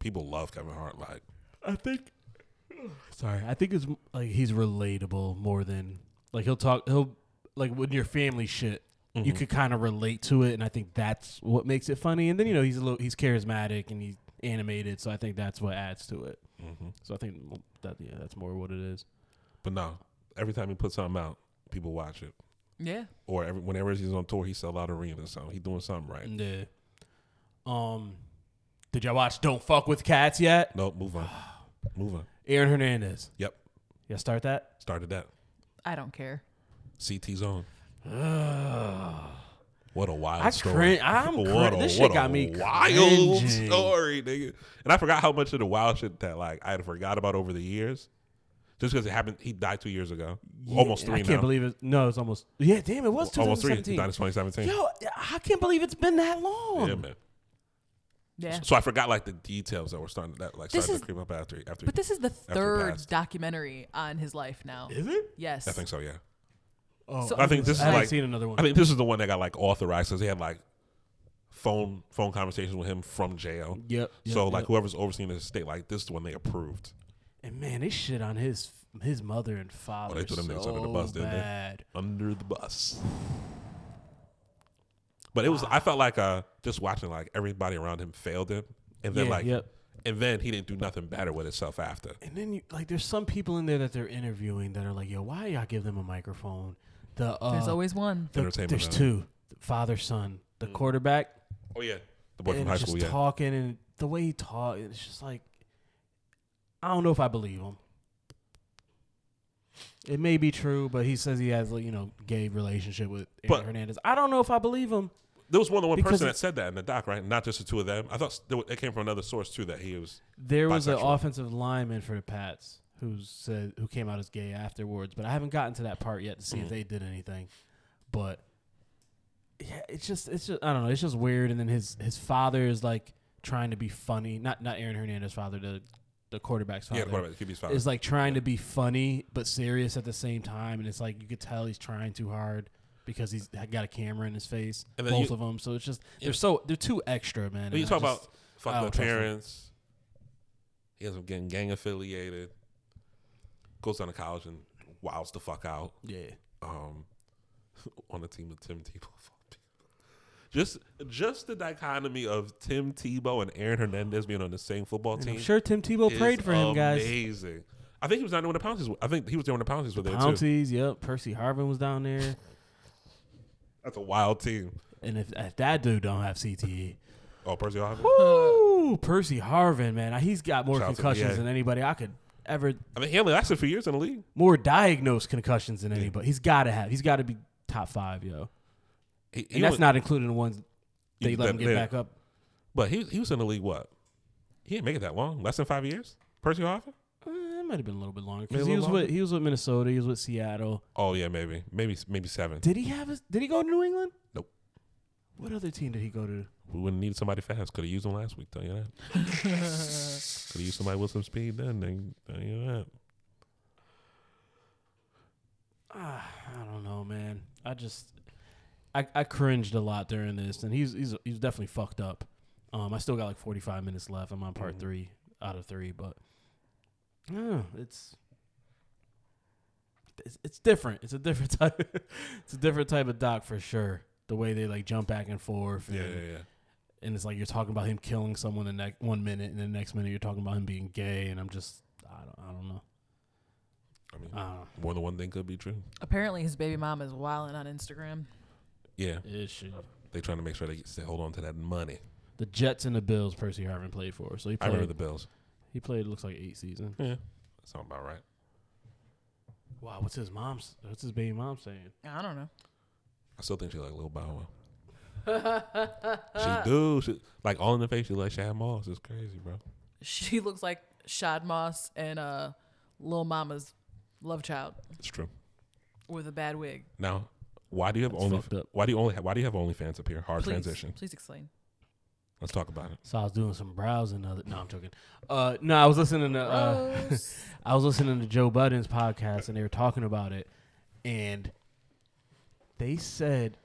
people love Kevin Hart. Like, I think. Sorry, I think it's m- like he's relatable more than like he'll talk. He'll like when your family shit. Mm-hmm. You could kind of relate to it, and I think that's what makes it funny. And then you know he's a little he's charismatic and he's animated, so I think that's what adds to it. Mm-hmm. So I think that yeah, that's more what it is. but no, every time he puts something out, people watch it. yeah. Or every, whenever he's on tour, he sell out arenas. So he's doing something right. Yeah. Um, did y'all watch Don't Fuck with Cats yet? No, move on. move on. Aaron Hernandez. Yep, Yeah, start that. started that. I don't care. CT's on. what a wild I story! cring- I'm What cring- a- this shit what a got me wild cringing. story, nigga. And I forgot how much of the wild shit that like I had forgot about over the years, just because it happened. He died two years ago, almost three I now. can't believe it. No, it's almost. Yeah, damn, it was almost three. 2017. He died in 2017. Yo, I can't believe it's been that long. Yeah, man. Yeah. So I forgot like the details that were starting that like This started is- to creep up after after. But this is the After third past. documentary on his life now. Is it? Yes. I think so. Yeah. Oh, So- I think this I is haven't like seen another one. I think this is the one that got like authorized because they had like phone phone conversations with him from jail. Yep, yep, so like yep. whoever's overseeing this estate, like this is the one they approved. and man, they shit on his his mother and father. Oh, threw them niggas so under the bus, didn't they? bad. Under the bus. But it was I felt like uh just watching like everybody around him failed him. And then Yeah, like yep. and then he didn't do nothing better with himself after. And then you, like, there's some people in there that they're interviewing that are like, "Yo, why y'all give them a microphone?" The uh, There's always Mm. one. the- Entertainment There's two, father son, the quarterback, Oh yeah. The boy from and high just school, yeah. talking and the way he talked, it's just like I don't know if I believe him. It may be true, but he says he has like you know gay relationship with Aaron But- Hernandez. I don't know if I believe him. there was more than one Because person that it's- said that in the doc, right? Not just the two of them. I thought s- there wa- it came from another source too that he was There was an Bisexual. offensive lineman for the Pats who said who came out as gay afterwards, but I haven't gotten to that part yet to see if Mm-hmm. they did anything. But yeah, it's just it's just I don't know, it's just weird. And then his his father is like trying to be funny, not not Aaron Hernandez' father, the the quarterback's father. yeah, the quarterback, QB's father. Is like trying to be funny but serious at the same time, and it's like you could tell he's trying too hard because he's got a camera in his face. And then both you- of them, so it's just they're so they're too extra, man. When and you I talk just- about I fuck don't their trust him. parents, he ends up getting gang affiliated, goes down to college and wilds the fuck out yeah. um, on a team with Tim Tebow. Just, just the dichotomy of Tim Tebow and Aaron Hernandez being on the same football And team. I'm sure Tim Tebow is prayed for him, guys. Amazing. I think he was not doing the penalties. I think he was doing the penalties with there too. Pounties, yep. Percy Harvin was down there, That's a wild team. and if, if that dude don't have CTE, Oh, Percy Harvin. ooh, Percy Harvin, man, he's got more Shout out to concussions VA. than anybody I could ever. I mean, he only lasted for years in the league. More diagnosed concussions than anybody. He's got to have. He's got to be top five, yo. He, he And that's was- not including the ones they he- let him that- get that- back up. But he he was in the league what? He didn't make it that long. Less than five years. Percy Harvin. Uh, it might have been a little bit longer Maybe a because he was little with he was with Minnesota. He was with Seattle. Oh yeah, maybe maybe maybe seven. Did he have? His, did he go to New England? Nope. What other team did he go to? We wouldn't need somebody fast. Could have used him last week. Tell you that. Could have used somebody with some speed then. nigga. Tell you that. Ah, I don't know, man. I just I, I cringed a lot during this, and he's he's he's definitely fucked up. Um, I still got like forty five minutes left. I'm on part three out of three, but yeah, it's. It's, it's different. It's a different type. it's a different type of doc for sure. The way they like jump back and forth, and, Yeah, yeah, yeah. and it's like you're talking about him killing someone the next one minute, and the next minute you're talking about him being gay, and I'm just I don't I don't know. I mean, I don't know. more than one thing could be true. Apparently, his baby mom is wilding on Instagram. Yeah, It should. they trying to make sure they, get- they hold on to that money. the Jets and the Bills. Percy Harvin played for, so he I played. remember the Bills. he played. Looks like eight seasons. Yeah, that sounds about right. Wow, what's his mom's? What's his baby mom saying? I don't know. I still think she like Lil Bow Wow. she do. She, like all in the face. She like Shad Moss. It's crazy, bro. She looks like Shad Moss and uh, Lil Mama's love child It's true. with a bad wig. Now, why do you have only? fucked up. Why do you only? Why do you have OnlyFans up here? Hard Please, transition. please explain. Let's talk about it. So I was doing some browsing. Other, no, I'm joking. Uh, no, I was listening to. Uh, I was listening to Joe Budden's podcast, and they were talking about it, and they said,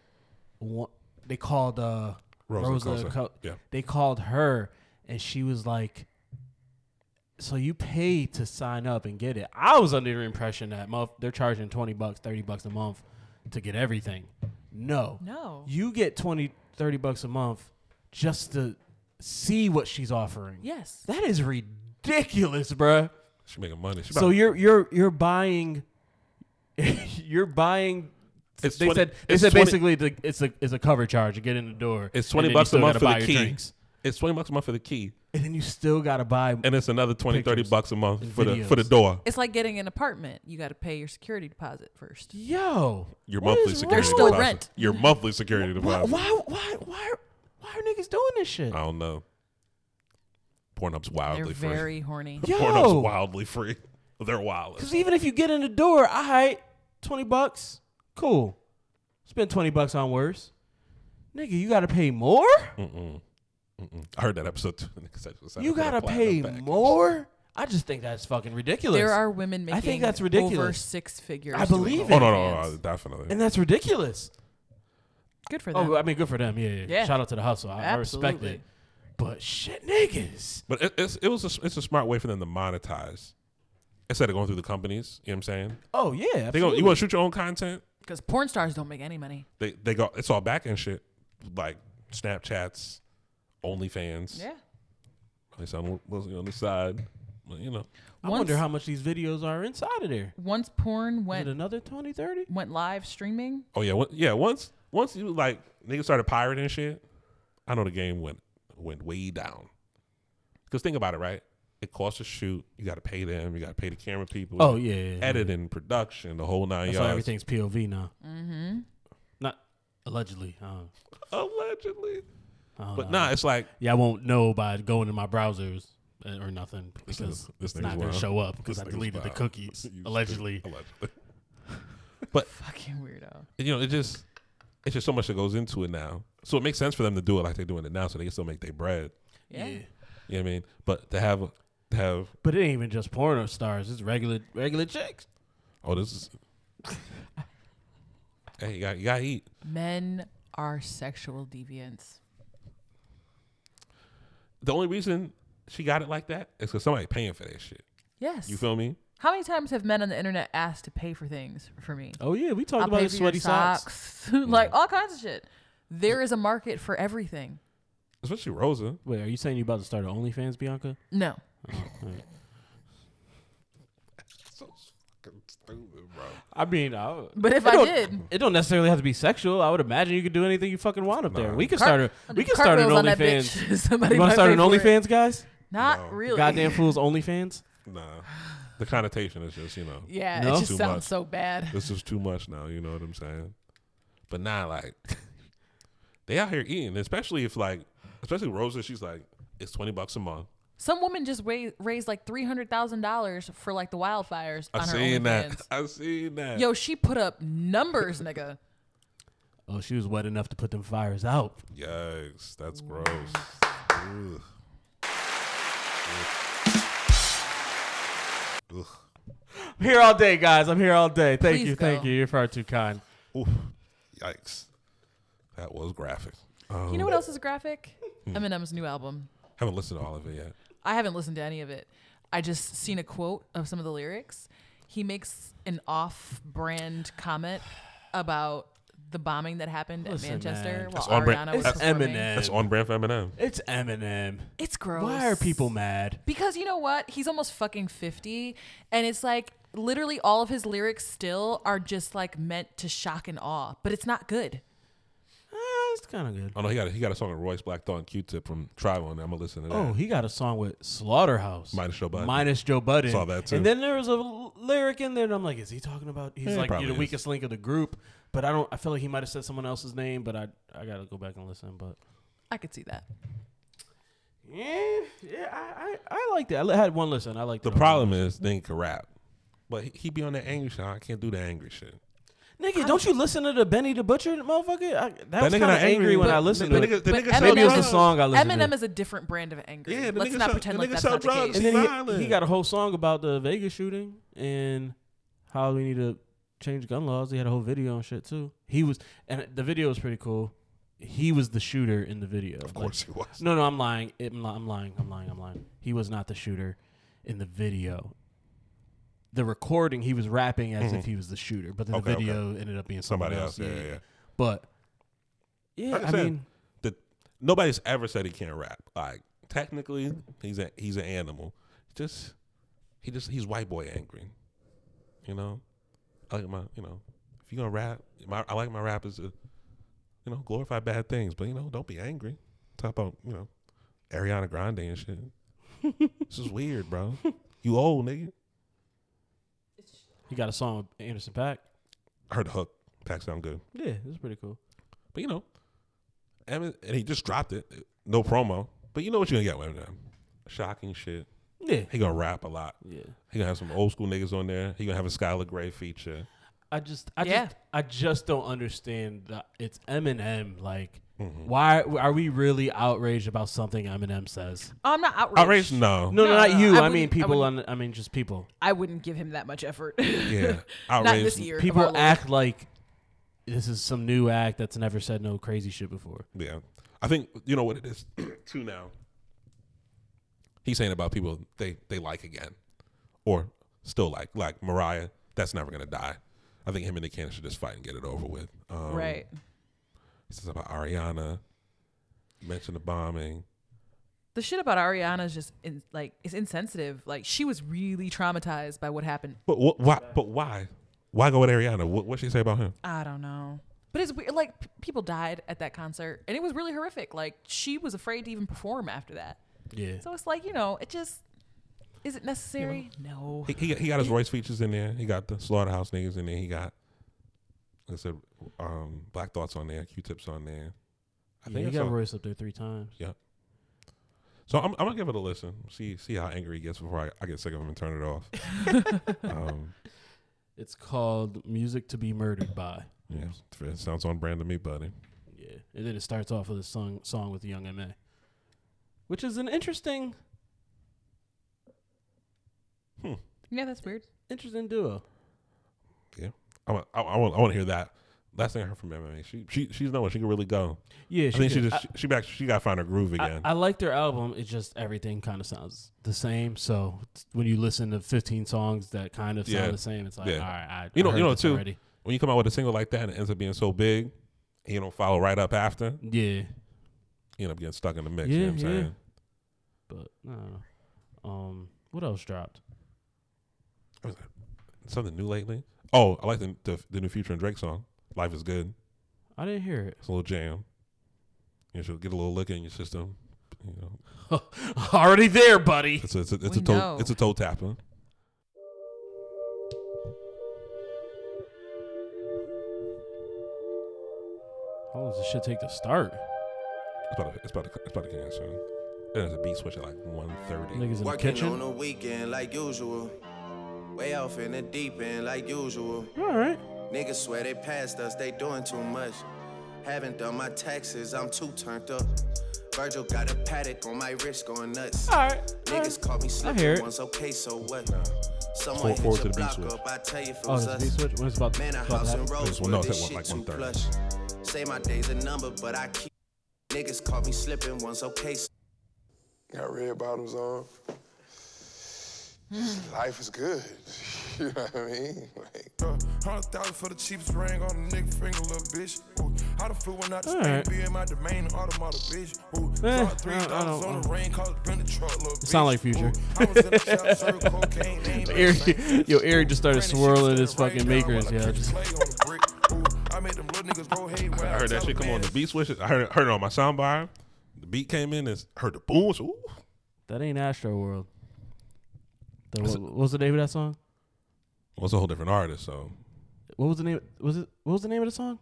one, they called uh, Rosa Acosta, Aco- yeah. They called her, and she was like, "So you paid to sign up and get it?" I was under the impression that month they're charging twenty bucks, thirty bucks a month to get everything. No, No. you get 20, 30 bucks a month just to see what she's offering. Yes. That is ridiculous, bruh. She making money. She So about- you're you're you're buying you're buying It's they 20 said they it's said 20 basically the, it's a it's a cover charge. You get in the door. It's and twenty then you bucks a still gotta month for buy the your key. drinks. It's twenty bucks a month for the key, And then you still gotta buy and it's another 20, 30 Pictures. bucks a month And for the for the videos. door. It's like getting an apartment. You got to pay your security deposit first. yo Your what monthly is security wrong? still deposit. rent. Your monthly security Why deposit. why why why why are niggas doing this shit? I don't know. Pornhub's They're wildly free. very horny. Yo. Pornhub's wildly free. They're wild. Because even if you get in the door, all right, 20 bucks, cool. Spend 20 bucks on worse. Nigga, you got to pay more? I heard that episode. Too. you got to pay more? I just think that's fucking ridiculous. There are women making I think that's over ridiculous. six figures. I believe doing it. Oh no, no, no, OnlyFans. no, definitely. and that's ridiculous. Good for them. Oh, I mean, good for them. Yeah, yeah. Yeah. Shout out to the hustle. I, I respect Absolutely. it. But shit, niggas. But it, it's it was a, it's a smart way for them to monetize instead of going through the companies. You know what I'm saying? Oh, yeah. They go. absolutely. You want to shoot your own content? Because porn stars don't make any money. They they go. It's all back end shit like Snapchats, OnlyFans. At least I'm mostly on the side. But, you know, I wonder how much these videos are inside of there. once porn Is it went another 20, 30? went live streaming, oh yeah, one, yeah. Once once you like niggas started pirating shit, I know the game went went way down. Because think about it, right? It costs to shoot. You got to pay them. You got to pay the camera people. Oh, yeah, yeah, yeah. Editing, production, the whole nine That's why yards. everything's POV now. Mm-hmm. Not allegedly. uh, I don't- Allegedly, I don't but know. nah, it's like Yeah, I won't know by going to my browsers uh, or nothing because nigga's- this it's nigga's not going wild. to show up because This I nigga's deleted the wild. cookies You allegedly. stupid. Oh. Allegedly. but fucking weirdo. you know, it just it's just so much that goes into it now. So it makes sense for them to do it like they're doing it now, so they can still make their bread. Yeah. You know what I mean? But to have to have But it ain't even just porno stars; it's regular regular chicks. oh this is hey you got you got to eat. Men are sexual deviants. The only reason she got it like that is because somebody paying for that shit. Yes. You feel me? How many times have men on the internet asked to pay for things for me? Oh yeah, we talked I'll about pay the for sweaty your socks. socks, like all kinds of shit. There is a market for everything. Especially Rosa. Wait, are you saying you about to start an OnlyFans, Bianca? No, So fucking stupid, bro. I mean, I, but if It I don't- did, it don't necessarily have to be sexual. I would imagine you could do anything you fucking want up there. We could start a we I'll do could start an cartwheels on that OnlyFans. bitch. Somebody You want might to start pay an for it. OnlyFans, guys? Not really. Goddamn fools, OnlyFans. Nah. The connotation is just, you know. Yeah, No? it just Too sounds much. so bad. This is too much now. You know what I'm saying? But nah, like they out here eating, especially if like, especially Rosa. She's like, it's twenty bucks a month. Some women just wa- raised like three hundred thousand dollars for like the wildfires I on her seen that. OnlyFans. I seen that. Yo, she put up numbers, nigga. Oh, she was wet enough to put them fires out. Yikes, that's gross. Ugh. Ugh. Ugh. I'm here all day, guys. I'm here all day. Thank Please you, go. thank you. You're far too kind. Oof. Yikes, that was graphic. Um, You know what else is graphic? Hmm. Eminem's new album. Haven't listened to all of it yet. I haven't listened to any of it. I just seen a quote of some of the lyrics. He makes an off-brand comment about the bombing that happened Listen, at Manchester man. while That's on-brand. Ariana was It's performing. Eminem. That's on brand for Eminem. It's Eminem. It's gross. Why are people mad? Because you know what? He's almost fucking 50. And it's like literally all of his lyrics still are just like meant to shock and awe, but it's not good. Uh, it's kind of good. Oh no, he got a, he got a song with Royce Black Thought and Q-Tip from Tribal, and I'm gonna listen to that. Oh, he got a song with Slaughterhouse. Minus Joe Budden. Minus Joe Budden. Saw that, too. And then there was a l- lyric in there, and I'm like, is he talking about? He's Yeah, like, probably you're the is. weakest link of the group. But I don't. I feel like he might have said someone else's name, but I I gotta go back and listen. But I could see that. yeah, yeah, I I, I liked it. I li- had one listen. I liked the it. problem is they can rap, but he, he be on that angry shit. I can't do the angry shit. nigga, don't you listen to the Benny the Butcher motherfucker? I, that, was kind nigga of not angry, angry. when But- I listened the to nigga- it. the But nigga Eminem sell Maybe it was the drugs. song I listened Eminem to. is a different brand of anger. Yeah, the Let's nigga not sell- pretend the like nigga that's sell not the drugs. and case. then he, he silent. got a whole song about the Vegas shooting and how we need to change gun laws. He had a whole video and shit too. He was and the video was pretty cool. He was the shooter in the video. Of course he was. No, no, I'm lying. I'm, li- I'm lying. I'm lying. I'm lying. He was not the shooter in the video. The recording, he was rapping as if he was the shooter, but then Mm-hmm. Okay, the okay. video ended up being Somebody else, yeah, yeah, yeah. But yeah, Like I I said, mean, the nobody's ever said he can't rap. Like technically, he's a he's an animal. Just he just he's white boy angry. You know, I like my you know if you gonna rap, my I like my rap is to you know glorify bad things, but you know don't be angry. Talk about you know Ariana Grande and shit. this is weird, bro. You old nigga. he got a song with Anderson Pack. I heard the hook. Pack sound good. Yeah, it was pretty cool. But you know, Emin, and he just dropped it. No promo. But you know what you're gonna get with Eminem. Shocking shit. Yeah, He gonna rap a lot. yeah. He gonna have some old school niggas on there. He gonna have a Skylar Gray feature. I just, I Yeah. just, I just don't understand. That it's Eminem. Like, why are we really outraged about something Eminem says? I'm not outraged. Outrage? No. No, no, No, not no, no, you. I I, mean wouldn't- I people. on, wouldn't- I mean just people. I wouldn't give him that much effort. Yeah. not this Outrage. year. of our People life. act like this is some new act that's never said no crazy shit before. Yeah. I think you know what it is too now. He's saying about people they they like again, or still like like Mariah. That's never gonna die. I think him and the can should just fight and get it over with. Um, right. He says about Ariana. Mentioned the bombing. The shit about Ariana is just in, like it's insensitive. Like she was really traumatized by what happened. But wh- why? But why? Why go with Ariana? What what she say about him? I don't know. But it's weird. Like p- people died at that concert, and it was really horrific. Like she was afraid to even perform after that. Yeah. So it's like you know, it just is it necessary? No. He, he got- he got his Royce features in there. He got the Slaughterhouse niggas in there. He got I said um, Black Thoughts on there, Q Tips on there. I yeah, think he I got saw- Royce up there three times. So I'm, I'm gonna give it a listen. See see how angry he gets before I, I get sick of him and turn it off. um, It's called "Music to Be Murdered By." yeah, it sounds on brand to me, buddy. Yeah, and then it starts off with a song song with Young M.A., which is an interesting, Yeah, that's weird. interesting duo. I want I, I want I want to hear that. Last thing I heard from MMA, she she she's knowing she can really go. Yeah, I think she did. just she back she got to find her groove I- again. I, liked their album. It's just everything kind of sounds the same. So it's- when you listen to 15 songs that kind of Yeah. sound the same, it's like, Yeah. all right, I You know- I heard you know, this too. already. when you come out with a single like that and it ends up being so big, and you don't follow right up after, Yeah, you end up getting stuck in the mix. you know Yeah, what I'm saying? yeah. but I don't know. Um, what else dropped? Something new lately. Oh, I like the, the the new Future and Drake song. Life is good. I didn't hear it. It's a little jam. You should get a little lick in your system. You know, already there, buddy. it's a it's a it's We a toe know. it's a toe tapper. How long does this shit take to start? It's about to, it's about to, it's about to come in soon. And there's a beat switch at like one thirty. Niggas in the Working kitchen. on the weekend like usual. Way off in the deep end like usual. All right. Niggas swear they passed us, they doing too much. Haven't done my taxes, I'm too turned up. Virgil got a paddock on my wrist going nuts. All right. Niggas caught me hear slipping it. once, okay, so what? Pull Someone forward to hit your the beat block switch. up, I tell you if it Oh, was this beat us. switch. When it's about, Man, a about to house in happen. Rosewood, no, it's this at what, shit too like plush. Say my day's a number, but I keep. Niggas caught me slipping once, okay, so Got red bottoms on. Life is good. you know what I mean? Like, uh, Hundred thousand for the cheapest ring on a nigga finger, little bitch. Ooh, how the flew went out to Spain, Alright. be in my domain, automata, bitch. Ooh, Eh, dropped three I don't- I dollars don't- on the rain, called been the truck, little bitch. sound like Future. Ooh, I was in the shop, serving cocaine, ain't no Eric, thing. yo, Eric just started Brandon shit swirling to his the rain fucking down while makers. I Yeah, catch just clay on the brick. Ooh, I made them little niggas niggas bro hate when I heard that shit come on the beat switches. I heard, heard it on my soundbar. The beat came in. And I heard the boom. So, ooh. That ain't Astro World. The, what, what was the name of that song? Well, it's a whole different artist. So, What was the name? Was it? What was the name of the song?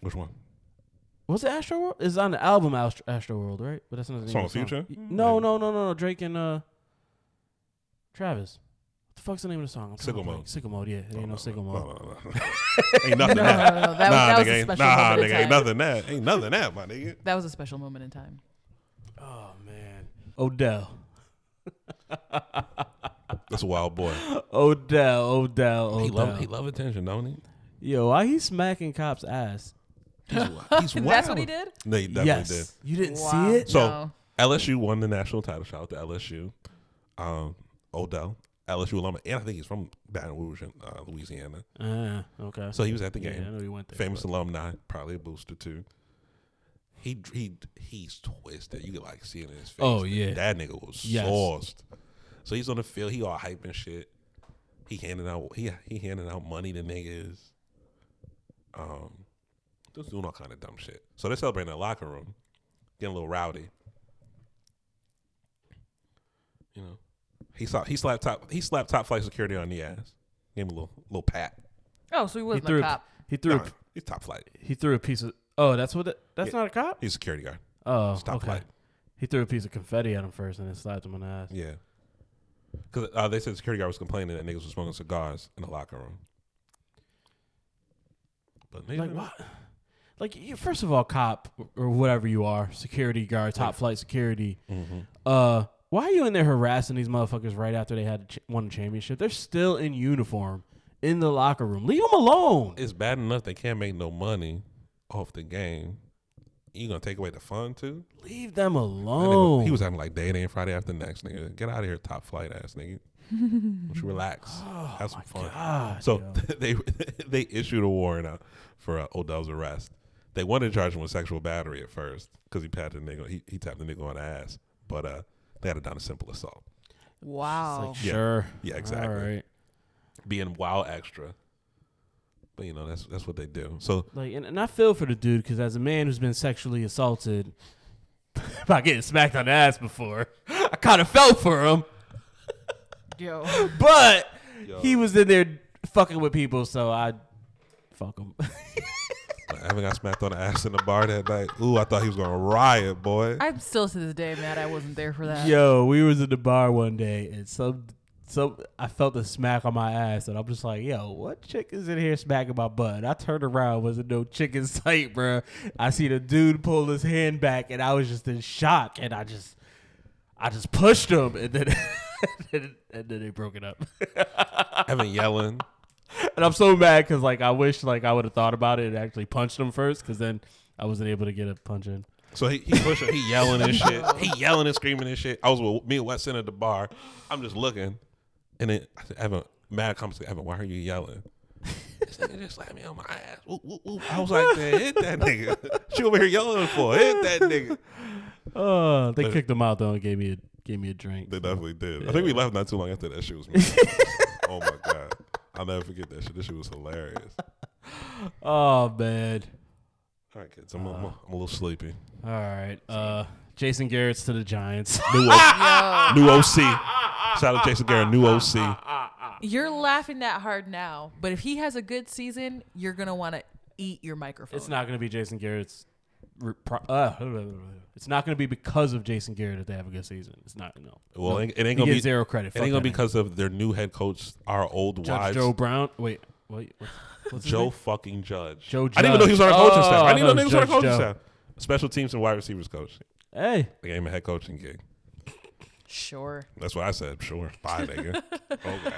which one? Was it Astro World? It's on the album Astro, Astro World, right? But that's not the name Song of the Future? Y- No, no, no, no, no. Drake and uh, Travis. What the fuck's the name of the song? I'm trying to Sicko think. Mode. Sicko Mode. Yeah, it ain't no Sicko No, Mode. no, no. ain't nothing No, that. no, nah, no, that was- Oh, that was nigga, a ain't, special nah, moment in nigga, ain't time. nothing that. Ain't nothing that, my nigga. That was a special moment in time. Oh man, Odell, That's a wild boy. Odell, Odell, Odell. He love, he love attention, don't he? Yo, why he smacking cops ass? He's, he's wild. That's what he did? No, he definitely yes, did. you didn't Wow. see it. So No. LSU won the national title. Shout out to LSU. Um, Odell, LSU alumni, and I think he's from Baton Rouge, uh, Louisiana. Ah, okay. So he was at the Yeah, game. I know he went there, Famous but- alumni, probably a booster too. He he he's twisted. You can like see it in his face. Oh, That- yeah. that nigga was Yes. sauced. So he's on the field. He all hype and shit. He handing out he he handing out money to niggas. Um, just doing all kind of dumb shit. So they're celebrating in the locker room, getting a little rowdy. You know, he saw he slapped top he slapped top flight security on the ass. Gave him a little little pat. Oh, so he he wasn't threw a a, cop. he threw Nah, a, he's top flight. he threw a piece of. Oh, that's what. It, that's not a cop. He's a security guard. Oh, Stop okay. fight. He threw a piece of confetti at him first, and then slapped him on the ass. Yeah. Because uh, they said the security guard was complaining that niggas was smoking cigars in the locker room. But niggas, Like what? Like you, first of all, cop or whatever you are, security guard, top flight security. Mm-hmm. Uh, why are you in there harassing these motherfuckers right after they had ch- won the championship? They're still in uniform in the locker room. Leave them alone. It's bad enough they can't make no money off the game. You gonna take away the fun too? Leave them That nigga- alone. He was having like day day and Friday after next nigga. Get out of here, top flight ass nigga. Why don't you relax. Have some fun. Oh God, so yo. they they issued a warrant out for uh, Odell's arrest. They wanted to charge him with sexual battery at first because he tapped the nigga. He, he tapped the nigga on the ass, but uh, they had it down to simple assault. Wow. Like, sure. Yeah, exactly. All right. being wild extra. But you know that's that's what they do. So Like, and, and I feel for the dude because as a man who's been sexually assaulted by getting smacked on the ass before, I kind of felt for him. Yo. But he was in there fucking with people, so I fuck him. I haven't got smacked on the ass in the bar that night. Ooh, I thought he was gonna riot, boy. I'm still to this day mad I wasn't there for that. Yo, we was in the bar one day, and some some I felt a smack on my ass, and I'm just like, yo, what chick is in here smacking my butt? And I turned around, wasn't no chicken sight, bro. I see the dude pull his hand back, and I was just in shock, and I just. I just pushed him, and then, and then they broke it up. Evan yelling. And I'm so mad because like I wish like I would have thought about it and actually punched him first because then I wasn't able to get a punch in. So he, he pushing, he yelling and shit. He yelling and screaming and shit. I was with me and Weston at the bar. I'm just looking, and then I said, Evan, mad comes to Evan. Why are you yelling? This nigga just slapped me on my ass. Whoop, whoop, whoop. I was like, man, hit that nigga. She over here yelling for hit that nigga. Uh, they kicked him out though and gave me a gave me a drink. They definitely did. I think we left not too long after that shit was made. oh my god, I'll never forget that shit. This shit was hilarious. Oh man. All right, kids, I'm, I'm, I'm a little sleepy. All right. Uh, Jason Garrett's to the Giants. New, o- new OC. Shout out to Jason Garrett, new OC. You're laughing that hard now, but if he has a good season, you're gonna want to eat your microphone. it's not gonna be Jason Garrett's. re- pro- Uh, it's not going to be because of Jason Garrett that they have a good season. It's not. No. Well, it ain't- it ain't You gonna get be zero credit. It Fuck ain't gonna that be nigga. because of their new head coach, our old Judge wives, Joe Brown. Wait. Wait. What's, what's his Joe name? fucking Judge. Joe I didn't even know he was on our Judge. coaching staff. Oh, I didn't I even know he was thought it on our was coaching Judge staff. Special teams and wide receivers coach. Hey. They gave him a head coaching gig. sure. That's what I said. Sure, bye, nigga. okay.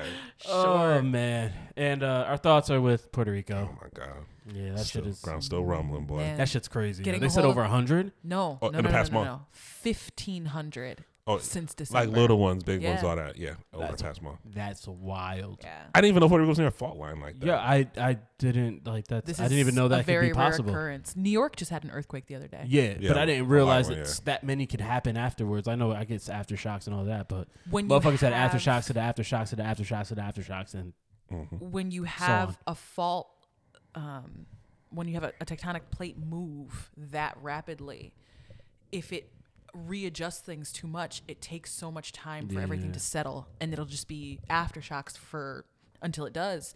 Oh man. And uh, our thoughts are with Puerto Oh Rico. my god. Yeah, that Still, shit is. ground still rumbling, boy. Man. That shit's crazy. man. Getting They a said hold over of- hundred. No, Oh, no, in no, the no, past no, no, month? no. Fifteen hundred Oh, since December. like little ones, big ones, Yeah. all that. Yeah, over past month. That's wild. Yeah. I didn't even know Puerto Rico was near a fault line like that. Yeah, I I didn't like that. This I didn't is even know a that could very be possible. Rare occurrence. New York just had an earthquake the other day. Yeah, Yeah, but I a didn't live realize one, that yeah. that many could happen afterwards. I know I get aftershocks and all that, but When you motherfuckers had have- aftershocks to the aftershocks to the aftershocks to the aftershocks, and When you have a fault, um, when you have a, a tectonic plate move that rapidly, if it readjusts things too much, it takes so much time for everything Yeah. to settle, and it'll just be aftershocks for until it does.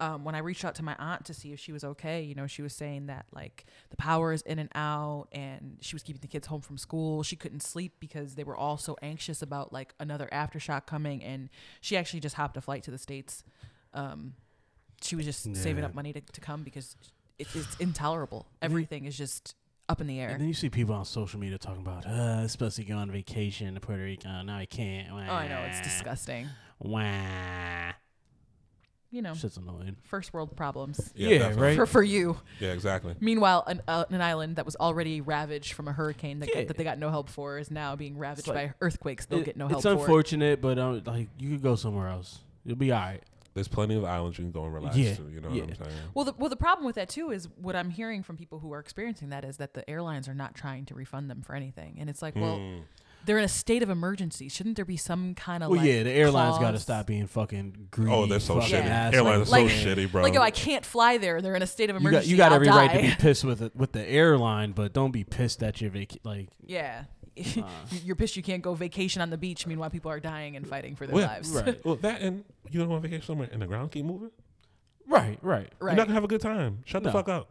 Um, when I reached out to my aunt to see if she was okay, you know, she was saying that like the power is in and out, and she was keeping the kids home from school. She couldn't sleep because they were all so anxious about like another aftershock coming, and she actually just hopped a flight to the states. Um, she was just saving Yeah. up money to, to come because it, it's intolerable. Everything is just up in the air. And then you see people on social media talking about, uh, I'm supposed to go on vacation to Puerto Rico. Now I can't. Oh, I know it's disgusting. Wah. You know, Shit's annoying. first world problems Yeah, Yeah, definitely. right. for for you. Yeah, exactly. Meanwhile, an, uh, an island that was already ravaged from a hurricane that, Yeah. that they got no help for is now being ravaged by like- earthquakes. They'll It- get no help It's for. unfortunate, but um, like you could go somewhere else. You'll be all right. There's plenty of islands you can go and relax Yeah, to. You know yeah. what I'm saying? Well, the, well, the problem with that too is what I'm hearing from people who are experiencing that is that the airlines are not trying to refund them for anything, and it's like, well, Hmm. they're in a state of emergency. Shouldn't there be some kind of Well, like yeah, the airlines got to clause? stop being fucking greedy. Oh, they're so fucking shitty. ass. Airlines Like, are so shitty, bro. Like, oh, I can't fly there. They're in a state of you got emergency. you got I'll every die. right to be pissed with it, with the airline, but don't be pissed at your vac- like Yeah. You're pissed you can't go vacation on the beach. Meanwhile, people are dying and fighting for their Well, yeah, lives. right, Well, that and you don't want to vacation somewhere and the ground keep moving. right, right. You're not Right. gonna have a good time. Shut No. the fuck up.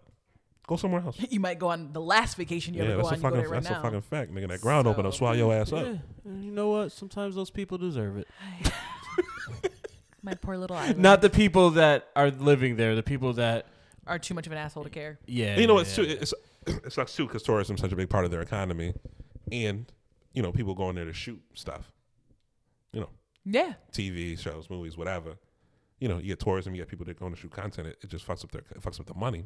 Go somewhere else. You might go on the last vacation you yeah, ever that's go on. a You go fucking there right that's a now. fucking fact. Nigga, that ground open up, So- swallow your ass up. And you know what? Sometimes those people deserve it. My poor little island. Not the people that are living there. The people that are too much of an asshole to care. yeah. And you know what's yeah, too it's, it sucks too because tourism's such a big part of their economy, and you know people going there to shoot stuff, you know Yeah. TV shows, movies, whatever. You know you get tourism, you get people that going to shoot content. It, it just fucks up their it fucks up the money,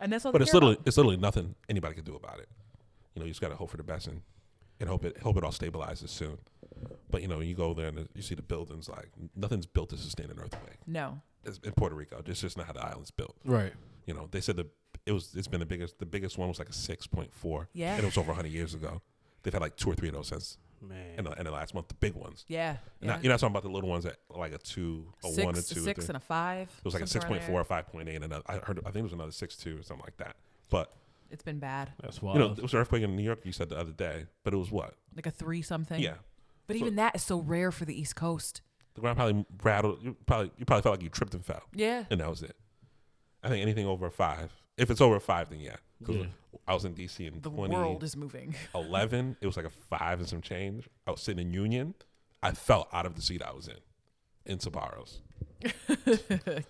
And that's all. but they it's care literally about. it's literally nothing anybody can do about it. You know you just got to hope for the best and and hope it hope it all stabilizes soon. But you know you go there and you see the buildings like nothing's built to sustain an earthquake. no. It's in Puerto Rico, it's just not how the island's built. Right. you know, they said the it was it's been the biggest the biggest one was like a six point four. Yeah. And it was over hundred years ago. They've had like two or three of those since Man. in the, in the last month, the big ones. Yeah. And not- yeah. you're not talking about the little ones that like a two, a six, one, a two, a six, three. and a five. it was like a six point four, five point eight, and another I heard I think it was another six two or something like that. But It's been bad. That's wild. you know, there was an earthquake in New York you said the other day, but it was what? Like a three something. Yeah. But even that is so rare for the East Coast. The ground probably rattled you probably you probably felt like you tripped and fell. Yeah. and that was it. I think anything over a five. If it's over a five, then yeah. 'Cause Yeah. I was in DC in The 20, world is moving. 11 it was like a five and some change i was sitting in union i fell out of the seat i was in in sabaros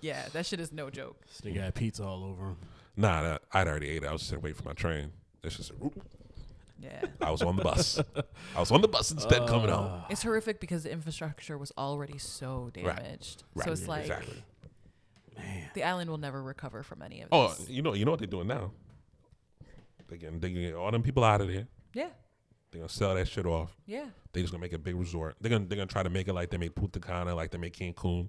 yeah, that shit is no joke. they got pizza all over them. nah, nah i'd already ate it i was just waiting for my train it's just Yeah. i was on the bus i was on the bus instead coming home Ah, It's horrific because the infrastructure was already so Right. damaged. right So it's like exactly the island will never recover from any of oh this. you know you know what they're doing now they're getting, they're getting all them people out of there yeah, they're gonna sell that shit off yeah. they just gonna make a big resort they're gonna they're gonna try to make it like they make punta cana like they make cancun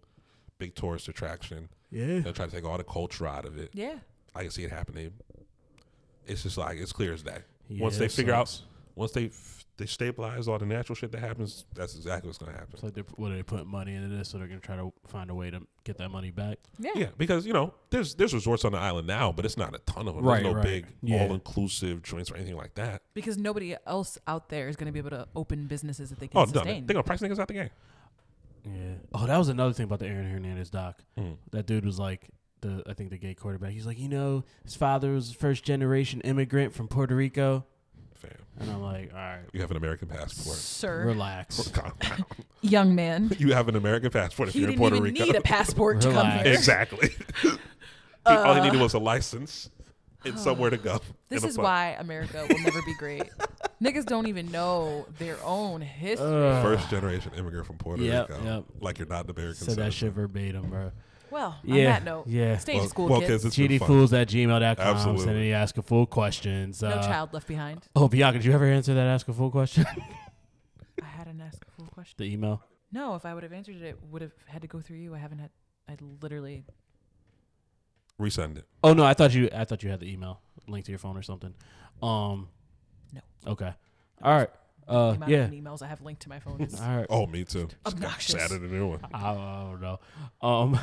big tourist attraction Yeah. they'll try to take all the culture out of it Yeah. I can see it happening. It's just like it's clear as day. Yeah, once they that figure sucks. out, once they f- they stabilize all the natural shit that happens, that's exactly what's gonna happen. It's like they're what are they putting money into this, so they're gonna try to find a way to get that money back. Yeah. yeah, because you know there's there's resorts on the island now, but it's not a ton of them. Right, there's no right. big Yeah. all inclusive joints or anything like that. Because nobody else out there is going to be able to open businesses that they can Oh, no, they're sustain. gonna price niggas out the game. Yeah. Oh, that was another thing about the Aaron Hernandez doc. Mm. That dude was like the I think the gay quarterback. He's like, you know, his father was a first generation immigrant from Puerto Rico, Fam, and I'm like, all right, you have an American passport. Sir, relax, Calm down. young man, you have an American passport if he you're in didn't Puerto even Rico. need a passport to come Relax. here. exactly. He- all he needed was a license and somewhere to go. Uh, This and a is flight. why America will never be great. Niggas don't even know their own history. First generation immigrant from Puerto Yep, Rico. yep. Like you're not an American. said that citizen. shit verbatim, bro. well, on Yeah, that note, yeah. stay in school, well, kids. it's been fun. GDfools at gmail.com. Send Absolutely. any ask a fool questions. no uh, child left behind. Oh, Bianca, did you ever answer that ask a fool question? I had an ask a fool question. the email. No, if I would have answered it, it would have had to go through you. I haven't had. I literally. Resend it. Oh no, I thought you I thought you had the email linked to your phone or something. Um, No. Okay. All right. Uh, the amount yeah. of emails I have linked to my phone is All right. Oh, me too. Obnoxious. Saturday new one. I, I don't know. Um,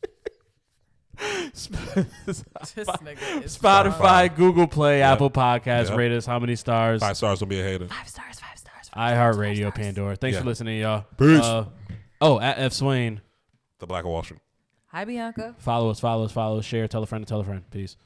sp- This nigga is Spotify, Google Play, Apple Podcasts, Yep. rate us how many stars? Five stars will be a hater. five stars, five stars. five stars, five iHeartRadio, stars. Pandora. Thanks Yeah. for listening, y'all. Peace. oh, at F Swain. The Black of Wall Street. Hi, Bianca. Follow us, follow us, follow us, share, tell a friend, tell a friend. Peace.